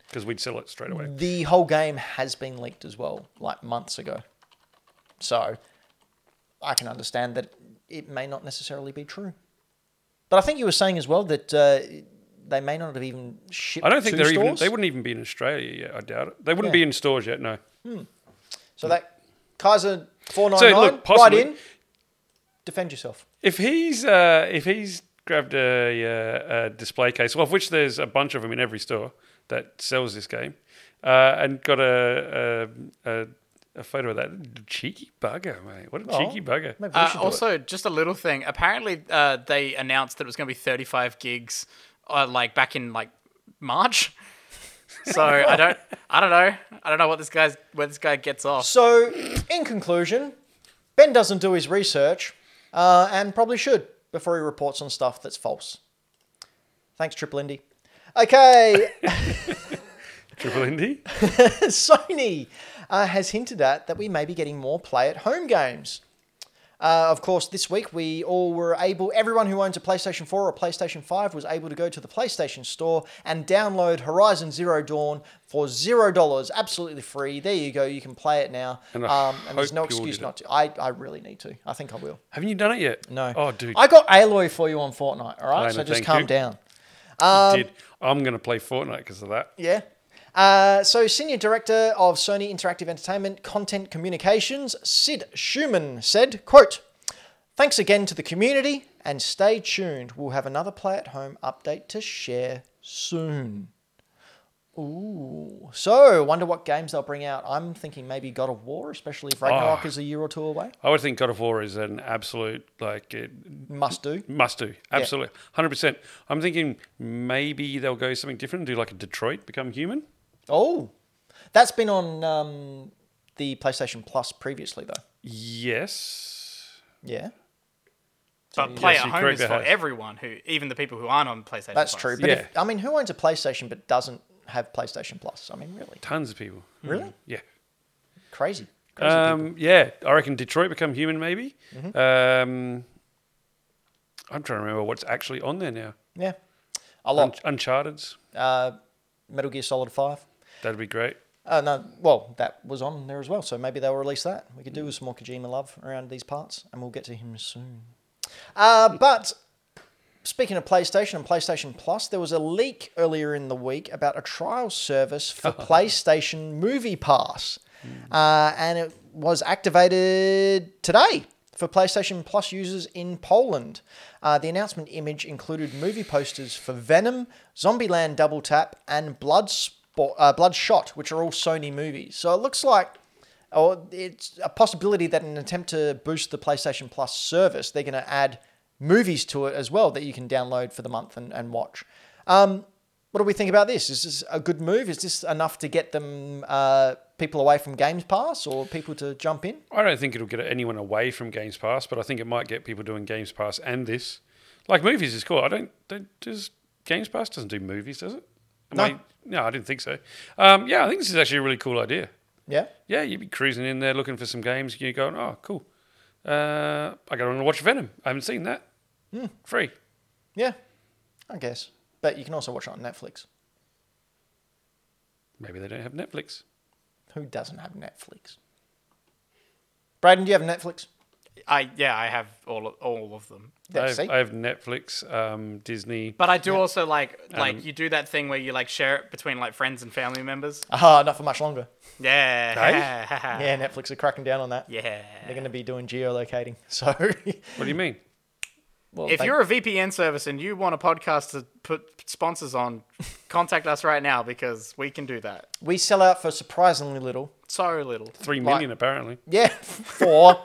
[SPEAKER 3] because we'd sell it straight away.
[SPEAKER 2] The whole game has been leaked as well, like months ago. So I can understand that it may not necessarily be true. But I think you were saying as well that uh, they may not have even shipped.
[SPEAKER 3] I don't
[SPEAKER 2] to
[SPEAKER 3] think they're even.
[SPEAKER 2] stores.
[SPEAKER 3] They wouldn't even be in Australia yet. I doubt it. They wouldn't
[SPEAKER 2] Yeah.
[SPEAKER 3] be in stores yet. No.
[SPEAKER 2] So that Kaiser four
[SPEAKER 3] So
[SPEAKER 2] nine nine
[SPEAKER 3] look,
[SPEAKER 2] right
[SPEAKER 3] possibly
[SPEAKER 2] in. Defend yourself.
[SPEAKER 3] if he's uh, if he's grabbed a, uh, a display case, of which there's a bunch of them in every store that sells this game, uh, and got a, a, a a photo of that cheeky bugger, mate. What a cheeky bugger!
[SPEAKER 2] Oh. Maybe we
[SPEAKER 1] Uh,
[SPEAKER 2] should do it.
[SPEAKER 1] also, just a little thing. Apparently, uh, they announced that it was going to be 35 gigs, uh, like back in like
[SPEAKER 2] [laughs]
[SPEAKER 1] March. So I don't, I don't know, I don't know what this guy's where this guy gets off.
[SPEAKER 2] So in conclusion, Ben doesn't do his research, uh, and probably should before he reports on stuff that's false. Thanks, Triple Indy. Okay,
[SPEAKER 3] Triple Indy.
[SPEAKER 2] [laughs] Sony uh, has hinted at that we may be getting more play at home games. Uh, of course, this week we all were able, everyone who owns a PlayStation 4 or a PlayStation 5 was able to go to the PlayStation Store and download Horizon Zero Dawn for $0, absolutely free. There you go, you can play it now.
[SPEAKER 3] And I
[SPEAKER 2] um, and there's
[SPEAKER 3] hope
[SPEAKER 2] no
[SPEAKER 3] you all
[SPEAKER 2] excuse
[SPEAKER 3] did it.
[SPEAKER 2] not to. I, I really need to. I think I will.
[SPEAKER 3] Haven't you done it yet?
[SPEAKER 2] No.
[SPEAKER 3] Oh, dude.
[SPEAKER 2] I got Aloy for you on Fortnite, all right?
[SPEAKER 3] Lana,
[SPEAKER 2] so just
[SPEAKER 3] thank
[SPEAKER 2] calm
[SPEAKER 3] you.
[SPEAKER 2] down.
[SPEAKER 3] did. I'm going to play Fortnite because of that.
[SPEAKER 2] Yeah. Uh, so, senior director of Sony Interactive Entertainment Content Communications, Sid Schumann, said, "Quote: Thanks again to the community, and stay tuned. We'll have another play at home update to share soon." Ooh. So, wonder what games they'll bring out. I'm thinking maybe God of War, especially if Ragnarok
[SPEAKER 3] Ah.
[SPEAKER 2] is a year or two away.
[SPEAKER 3] I would think God of War is an absolute like it
[SPEAKER 2] Must do.
[SPEAKER 3] must do. Absolutely, hundred percent. I'm thinking maybe they'll go something different and do like a Detroit Become Human.
[SPEAKER 2] Oh, that's been on um, the PlayStation Plus previously, though.
[SPEAKER 3] Yes.
[SPEAKER 2] Yeah,
[SPEAKER 1] But play
[SPEAKER 3] Yes,
[SPEAKER 1] at
[SPEAKER 3] you
[SPEAKER 1] home
[SPEAKER 3] correct
[SPEAKER 1] is for
[SPEAKER 3] that.
[SPEAKER 1] everyone who, even the people who aren't on PlayStation.
[SPEAKER 2] that's
[SPEAKER 1] Plus.
[SPEAKER 2] true. But if,
[SPEAKER 3] Yeah.
[SPEAKER 2] I mean, who owns a PlayStation but doesn't have PlayStation Plus? I mean, really,
[SPEAKER 3] Tons of people. Mm.
[SPEAKER 2] Really?
[SPEAKER 3] Yeah.
[SPEAKER 2] crazy. crazy people. Mm-hmm.
[SPEAKER 3] Um, yeah, I reckon Detroit Become Human maybe. Um, I'm trying to remember what's actually on there now.
[SPEAKER 2] Yeah, a
[SPEAKER 3] Un-
[SPEAKER 2] lot.
[SPEAKER 3] Uncharted's.
[SPEAKER 2] Uh, Metal Gear Solid Five.
[SPEAKER 3] That'd be great.
[SPEAKER 2] Uh, no, well, that was on there as well, so maybe they'll release that. We
[SPEAKER 3] Hmm.
[SPEAKER 2] could do with some more Kojima love around these parts, and we'll get to him soon. Uh, but speaking of PlayStation and PlayStation Plus, there was a leak earlier in the week about a trial service for PlayStation Movie Pass, uh, and it was activated today for PlayStation Plus users in Poland. Uh, the announcement image included movie posters for Venom, Zombieland Double Tap, and Bloodsport, uh, Bloodshot, which are all Sony movies. So it looks like or it's a possibility that in an attempt to boost the PlayStation Plus service, they're going to add movies to it as well that you can download for the month and, and watch. Um, what do we think about this? Is this a good move? Is this enough to get them uh, people away from Games Pass or people to jump in?
[SPEAKER 3] I don't think it'll get anyone away from Games Pass, but I think it might get people doing Games Pass and this. Like movies is cool. I don't. don't does Games Pass doesn't do movies, does it? Am
[SPEAKER 2] No.
[SPEAKER 3] I- no, I didn't think so. Um, yeah, I think this is actually a really cool idea.
[SPEAKER 2] Yeah,
[SPEAKER 3] Yeah, you'd be cruising in there looking for some games. You're going, oh, cool. Uh, I got to watch Venom. I haven't seen that. Free.
[SPEAKER 2] yeah, I guess. But you can also watch it on Netflix.
[SPEAKER 3] Maybe they don't have Netflix.
[SPEAKER 2] Who doesn't have Netflix? Braden, do you have Netflix? [laughs]
[SPEAKER 1] I yeah, I have all of, all of them.
[SPEAKER 2] There,
[SPEAKER 3] I have,
[SPEAKER 2] see?
[SPEAKER 3] I have Netflix, um, Disney.
[SPEAKER 1] But I do also like
[SPEAKER 3] Um,
[SPEAKER 1] like you do that thing where you like share it between like friends and family members.
[SPEAKER 2] Aha, Ah, not for much longer.
[SPEAKER 1] [laughs] Yeah.
[SPEAKER 2] Yeah, Netflix are cracking down on that. They're
[SPEAKER 1] Ah. Yeah.
[SPEAKER 2] going to be doing geolocating. [laughs] So,
[SPEAKER 3] What do you mean?
[SPEAKER 2] well,
[SPEAKER 1] If
[SPEAKER 2] thank-
[SPEAKER 1] you're a VPN service and you want a podcast to put sponsors on, contact us right now because we can do that.
[SPEAKER 2] we sell out for surprisingly little.
[SPEAKER 1] So little.
[SPEAKER 3] Three million apparently.
[SPEAKER 2] Yeah, [laughs] four.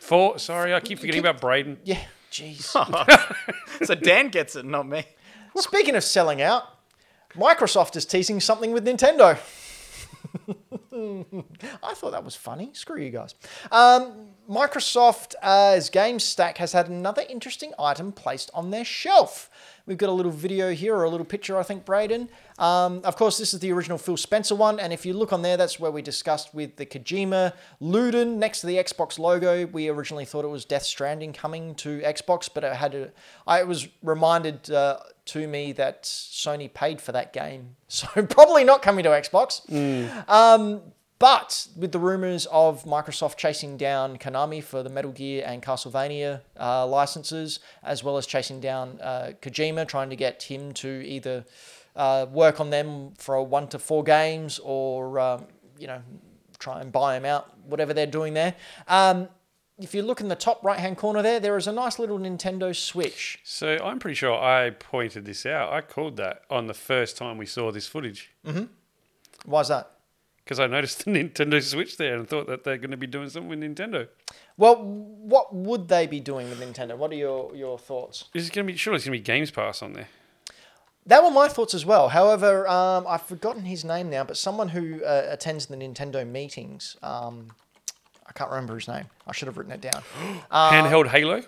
[SPEAKER 3] Four. Sorry, I keep forgetting about Braden.
[SPEAKER 2] yeah, jeez.
[SPEAKER 1] [laughs] So
[SPEAKER 3] [laughs]
[SPEAKER 1] Dan gets it, not me.
[SPEAKER 2] Speaking of selling out, Microsoft is teasing something with Nintendo. [laughs] I thought that was funny. Screw you guys. Um, Microsoft's uh, GameStack has had another interesting item placed on their shelf. We've got a little video here, or a little picture, I think, Braden. Um, of course, this is the original Phil Spencer one, and if you look on there, that's where we discussed with the Kojima Luden next to the Xbox logo. We originally thought it was Death Stranding coming to Xbox, but it had a. I was reminded uh, to me that Sony paid for that game, [laughs] so probably not coming to Xbox. Um, But with the rumors of Microsoft chasing down Konami for the Metal Gear and Castlevania uh, licenses, as well as chasing down uh, Kojima, trying to get him to either uh, work on them for one to four games or, um, you know, try and buy him out, whatever they're doing there. Um, if you look in the top right hand corner there, there is a nice little Nintendo Switch.
[SPEAKER 3] So I'm pretty sure I pointed this out. I called that on the first time we saw this footage
[SPEAKER 2] Why's that?
[SPEAKER 3] because I noticed the [laughs] Nintendo Switch there and thought that they're going to be doing something with Nintendo.
[SPEAKER 2] Well, what would they be doing with Nintendo? What are your, your thoughts?
[SPEAKER 3] This is going to be surely it's going to be Games Pass on there.
[SPEAKER 2] That were my thoughts as well. However, um, I've forgotten his name now, but someone who uh, attends the Nintendo meetings. Um, I can't remember his name. I should have written it down. [gasps]
[SPEAKER 3] Handheld Halo.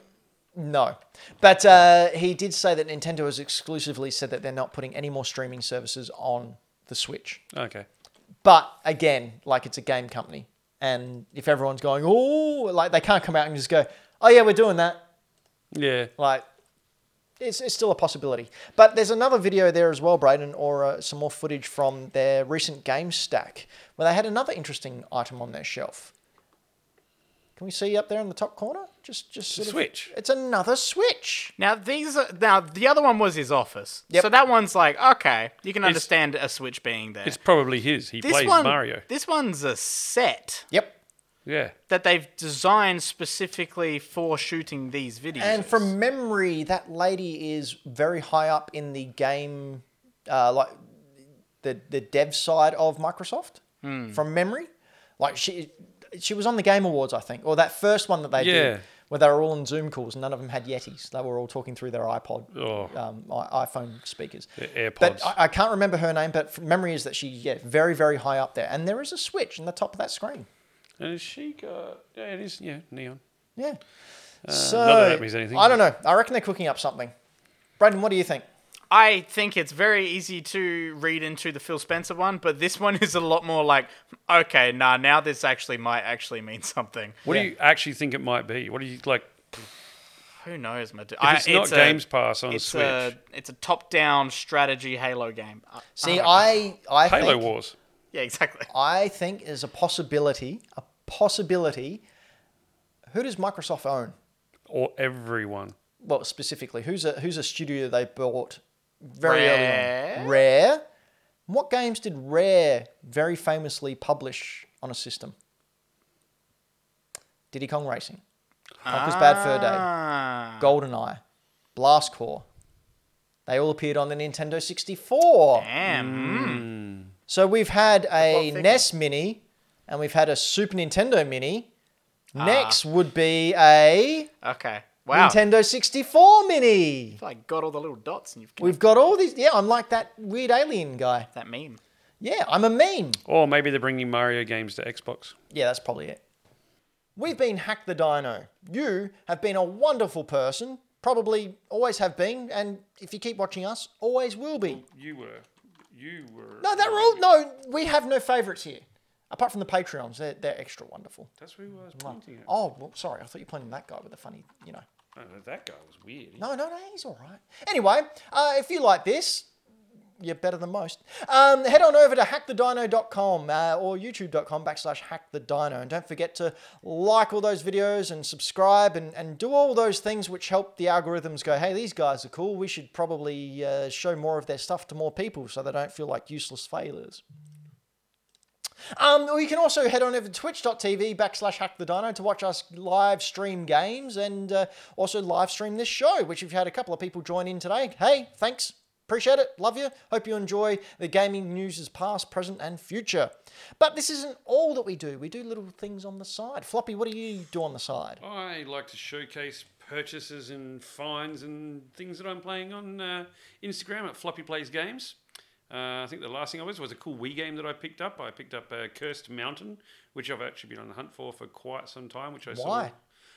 [SPEAKER 2] No. But uh, he did say that Nintendo has exclusively said that they're not putting any more streaming services on the Switch.
[SPEAKER 3] Okay.
[SPEAKER 2] But again, like it's a game company. And if everyone's going, oh, like they can't come out and just go, oh, yeah, we're doing that.
[SPEAKER 3] Yeah.
[SPEAKER 2] Like, it's, it's still a possibility. But there's another video there as well, Braden, or uh, some more footage from their recent game stack, where they had another interesting item on their shelf. Can we see up there in the top corner? Just, just sort of-
[SPEAKER 3] Switch.
[SPEAKER 2] it's another switch.
[SPEAKER 1] Now these are now the other one was his office.
[SPEAKER 2] Yep.
[SPEAKER 1] So that one's like okay, you can understand a Switch being there.
[SPEAKER 3] It's probably his. He
[SPEAKER 1] this
[SPEAKER 3] plays
[SPEAKER 1] one,
[SPEAKER 3] Mario.
[SPEAKER 1] This one's a set
[SPEAKER 2] Yep.
[SPEAKER 3] Yeah.
[SPEAKER 1] that they've designed specifically for shooting these videos.
[SPEAKER 2] And from memory, that lady is very high up in the game, uh, like the the dev side of Microsoft.
[SPEAKER 3] Hmm.
[SPEAKER 2] From memory, like she she was on the Game Awards, I think, or that first one that they
[SPEAKER 3] Yeah.
[SPEAKER 2] did, where they were all on Zoom calls. None of them had Yetis. They were all talking through their iPod,
[SPEAKER 3] Oh.
[SPEAKER 2] um, i- iPhone speakers.
[SPEAKER 3] AirPods.
[SPEAKER 2] But I, I can't remember her name. But from memory is that she yeah very very high up there, and there is a switch in the top of that screen.
[SPEAKER 3] And has she got? Yeah, it is. Yeah, neon.
[SPEAKER 2] Yeah.
[SPEAKER 3] Uh, not that
[SPEAKER 2] so
[SPEAKER 3] that means anything,
[SPEAKER 2] I don't know. I reckon they're cooking up something. Braden, what do you think?
[SPEAKER 1] I think it's very easy to read into the Phil Spencer one, but this one is a lot more like okay, nah, now this actually might actually mean something.
[SPEAKER 3] What
[SPEAKER 2] Yeah.
[SPEAKER 3] do you actually think it might be? What do you like?
[SPEAKER 1] Who knows, my dude?
[SPEAKER 3] If it's not Games Pass on
[SPEAKER 1] It's
[SPEAKER 3] Switch,
[SPEAKER 1] a it's a top-down strategy Halo game. I-
[SPEAKER 2] See, I I
[SPEAKER 3] Ah. Halo
[SPEAKER 2] think,
[SPEAKER 3] Wars.
[SPEAKER 1] yeah, exactly.
[SPEAKER 2] I think is a possibility. A possibility. Who does Microsoft own?
[SPEAKER 3] or everyone.
[SPEAKER 2] Well, specifically, who's a who's a studio they bought very early
[SPEAKER 1] Rare?
[SPEAKER 2] on? Rare. What games did Rare very famously publish on a system? Diddy Kong Racing, Conker's Bad Fur Day,
[SPEAKER 1] Ah,
[SPEAKER 2] GoldenEye, Blast Corps. They all appeared on the Nintendo 64.
[SPEAKER 1] damn. mm.
[SPEAKER 2] So we've had a
[SPEAKER 1] thinking.
[SPEAKER 2] NES Mini and we've had a Super Nintendo Mini. Next would be a
[SPEAKER 3] Mm.
[SPEAKER 1] Okay. Wow.
[SPEAKER 2] Nintendo 64 Mini.
[SPEAKER 1] I got all the little dots and you've connected
[SPEAKER 2] We've got all these. Yeah, I'm like that weird alien guy.
[SPEAKER 1] that meme.
[SPEAKER 2] Yeah, I'm a meme.
[SPEAKER 3] Or maybe they're bringing Mario games to Xbox.
[SPEAKER 2] Yeah, that's probably it. We've been Hack the Dino. You have been a wonderful person, probably always have been, and if you keep watching us, always will be.
[SPEAKER 3] You were. You were.
[SPEAKER 2] No, that rule. No, we have no favourites here, apart from the Patreons. They're, they're extra wonderful.
[SPEAKER 3] That's who I was pointing at.
[SPEAKER 2] Oh, well, sorry. I thought you were pointing that guy with the funny, you know.
[SPEAKER 3] that guy was weird.
[SPEAKER 2] No, no, no. He's all right. Anyway, uh, if you like this, you're better than most. Um, head on over to hackthedino.com uh, or youtube.com backslash hackthedino. And don't forget to like all those videos and subscribe and, and do all those things which help the algorithms go, hey, these guys are cool. We should probably uh, show more of their stuff to more people so they don't feel like useless failures. Um, or you can also head on over to twitch.tv backslash hack the dino to watch us live stream games and uh, also live stream this show, which we've had a couple of people join in today. Hey, thanks. Appreciate it. Love you. Hope you enjoy the gaming news is past, present, and future. But this isn't all that we do. We do little things on the side. Floppy, what do you do on the side?
[SPEAKER 3] I like to showcase purchases and finds and things that I'm playing on uh, Instagram at Floppy Plays Games. Uh, I think the last thing I was was a cool Wii game that I picked up. I picked up uh, Cursed Mountain, which I've actually been on the hunt for for quite some time. Which I
[SPEAKER 2] Why?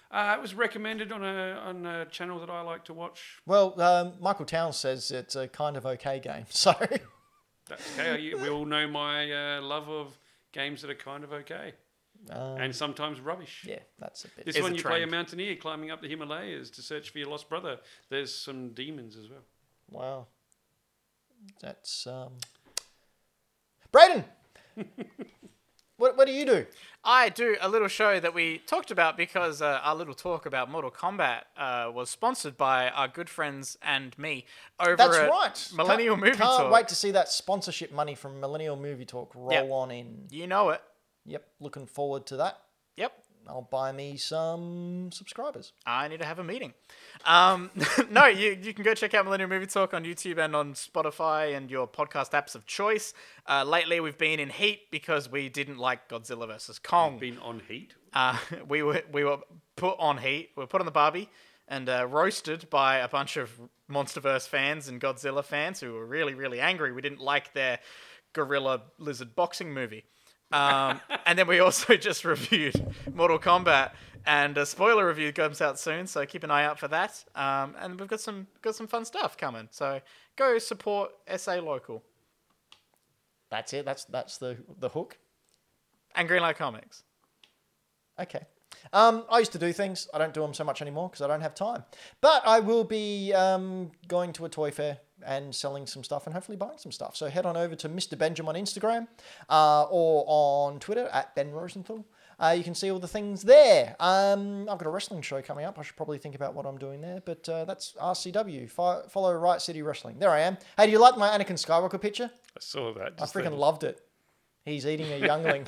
[SPEAKER 3] saw. Uh, it was recommended on a on a channel that I like to watch.
[SPEAKER 2] Well, um, Michael Towns says it's a kind of okay game. [laughs] So,
[SPEAKER 3] That's okay. You- we all know my uh, love of games that are kind of okay and sometimes rubbish.
[SPEAKER 2] yeah, that's a bit.
[SPEAKER 3] This
[SPEAKER 1] Is
[SPEAKER 3] one
[SPEAKER 1] a
[SPEAKER 3] you play a
[SPEAKER 1] trend.
[SPEAKER 3] mountaineer climbing up the Himalayas to search for your lost brother. There's some demons as well.
[SPEAKER 2] Wow. That's um Braden. [laughs] what what do you do?
[SPEAKER 1] I do a little show that we talked about because uh, our little talk about Mortal Kombat uh, was sponsored by our good friends and me over
[SPEAKER 2] That's
[SPEAKER 1] at
[SPEAKER 2] right.
[SPEAKER 1] Millennial
[SPEAKER 2] can't,
[SPEAKER 1] Movie
[SPEAKER 2] Can't
[SPEAKER 1] Talk.
[SPEAKER 2] wait to see that sponsorship money from Millennial Movie Talk roll
[SPEAKER 1] Yep.
[SPEAKER 2] on in.
[SPEAKER 1] You know it.
[SPEAKER 2] Yep, looking forward to that.
[SPEAKER 1] Yep.
[SPEAKER 2] I'll buy me some subscribers.
[SPEAKER 1] I need to have a meeting. Um, [laughs] no, you, you can go check out Millennial Movie Talk on YouTube and on Spotify and your podcast apps of choice. Uh, lately, we've been in heat because we didn't like Godzilla vs. Kong.
[SPEAKER 2] Hmm.
[SPEAKER 3] Been on heat.
[SPEAKER 1] Uh, [laughs] we were we were put on heat. We were put on the barbie and uh, roasted by a bunch of MonsterVerse fans and Godzilla fans who were really really angry. We didn't like their gorilla lizard boxing movie. Um, and then we also [laughs] just reviewed Mortal Kombat, and a spoiler review comes out soon, so keep an eye out for that. Um, and we've got some got some fun stuff coming, so go support SA Local
[SPEAKER 2] That's it. That's that's the the hook.
[SPEAKER 1] and Greenlight Comics.
[SPEAKER 2] Okay. Um, I used to do things. I don't do them so much anymore because I don't have time. But I will be um, going to a toy fair and selling some stuff and hopefully buying some stuff. So head on over to Mr. Benjamin on Instagram uh, or on Twitter at Ben Rosenthal. Uh, you can see all the things there. Um, I've got a wrestling show coming up. I should probably think about what I'm doing there, but uh, that's RCW. Fo- follow Right City Wrestling. There I am. Hey, do you like my Anakin Skywalker picture?
[SPEAKER 3] I saw that.
[SPEAKER 2] I
[SPEAKER 3] just
[SPEAKER 2] freaking
[SPEAKER 3] then.
[SPEAKER 2] loved it. He's eating a youngling.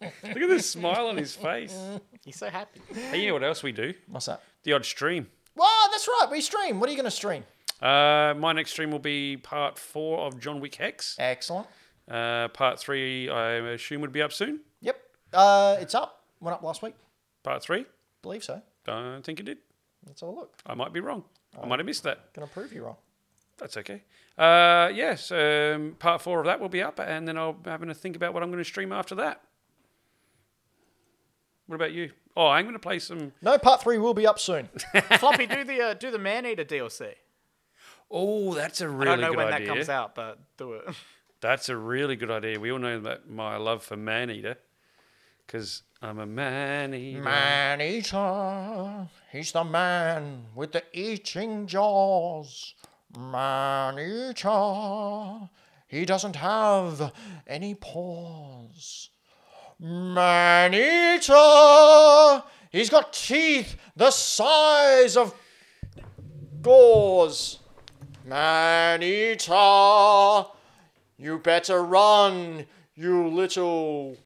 [SPEAKER 3] Look at this smile on
[SPEAKER 2] [laughs]
[SPEAKER 3] his face.
[SPEAKER 1] He's so happy.
[SPEAKER 3] Hey, you know what else we do?
[SPEAKER 2] What's that?
[SPEAKER 3] The odd stream.
[SPEAKER 2] Wow, that's right. We stream. What are you going to stream?
[SPEAKER 3] Uh, my next stream will be part four of John Wick Hex.
[SPEAKER 2] Excellent.
[SPEAKER 3] Uh, part three, I assume, would be up soon.
[SPEAKER 2] Yep. Uh, it's up. Went up last week.
[SPEAKER 3] Part three,
[SPEAKER 2] Believe so.
[SPEAKER 3] don't think it did.
[SPEAKER 2] Let's have a look.
[SPEAKER 3] I might be wrong. I might have missed that.
[SPEAKER 2] Going to prove you wrong.
[SPEAKER 3] That's okay. Uh, yes, um, part four of that will be up, and then I'll be having to think about what I'm going to stream after that. What about you? Oh, I'm going to play some.
[SPEAKER 2] No, part three will be up soon.
[SPEAKER 1] Floppy, do the uh, do the Man Eater DLC.
[SPEAKER 3] Oh, that's a
[SPEAKER 1] I
[SPEAKER 3] really
[SPEAKER 1] don't know
[SPEAKER 3] good
[SPEAKER 1] when
[SPEAKER 3] idea.
[SPEAKER 1] that comes out, but do it. [laughs]
[SPEAKER 3] That's a really good idea. We all know that my love for man eater, because I'm a man eater.
[SPEAKER 2] Man eater, he's the man with the eating jaws. Man eater, he doesn't have any paws. Man eater, he's got teeth the size of gauze. Man eater, you better run, you little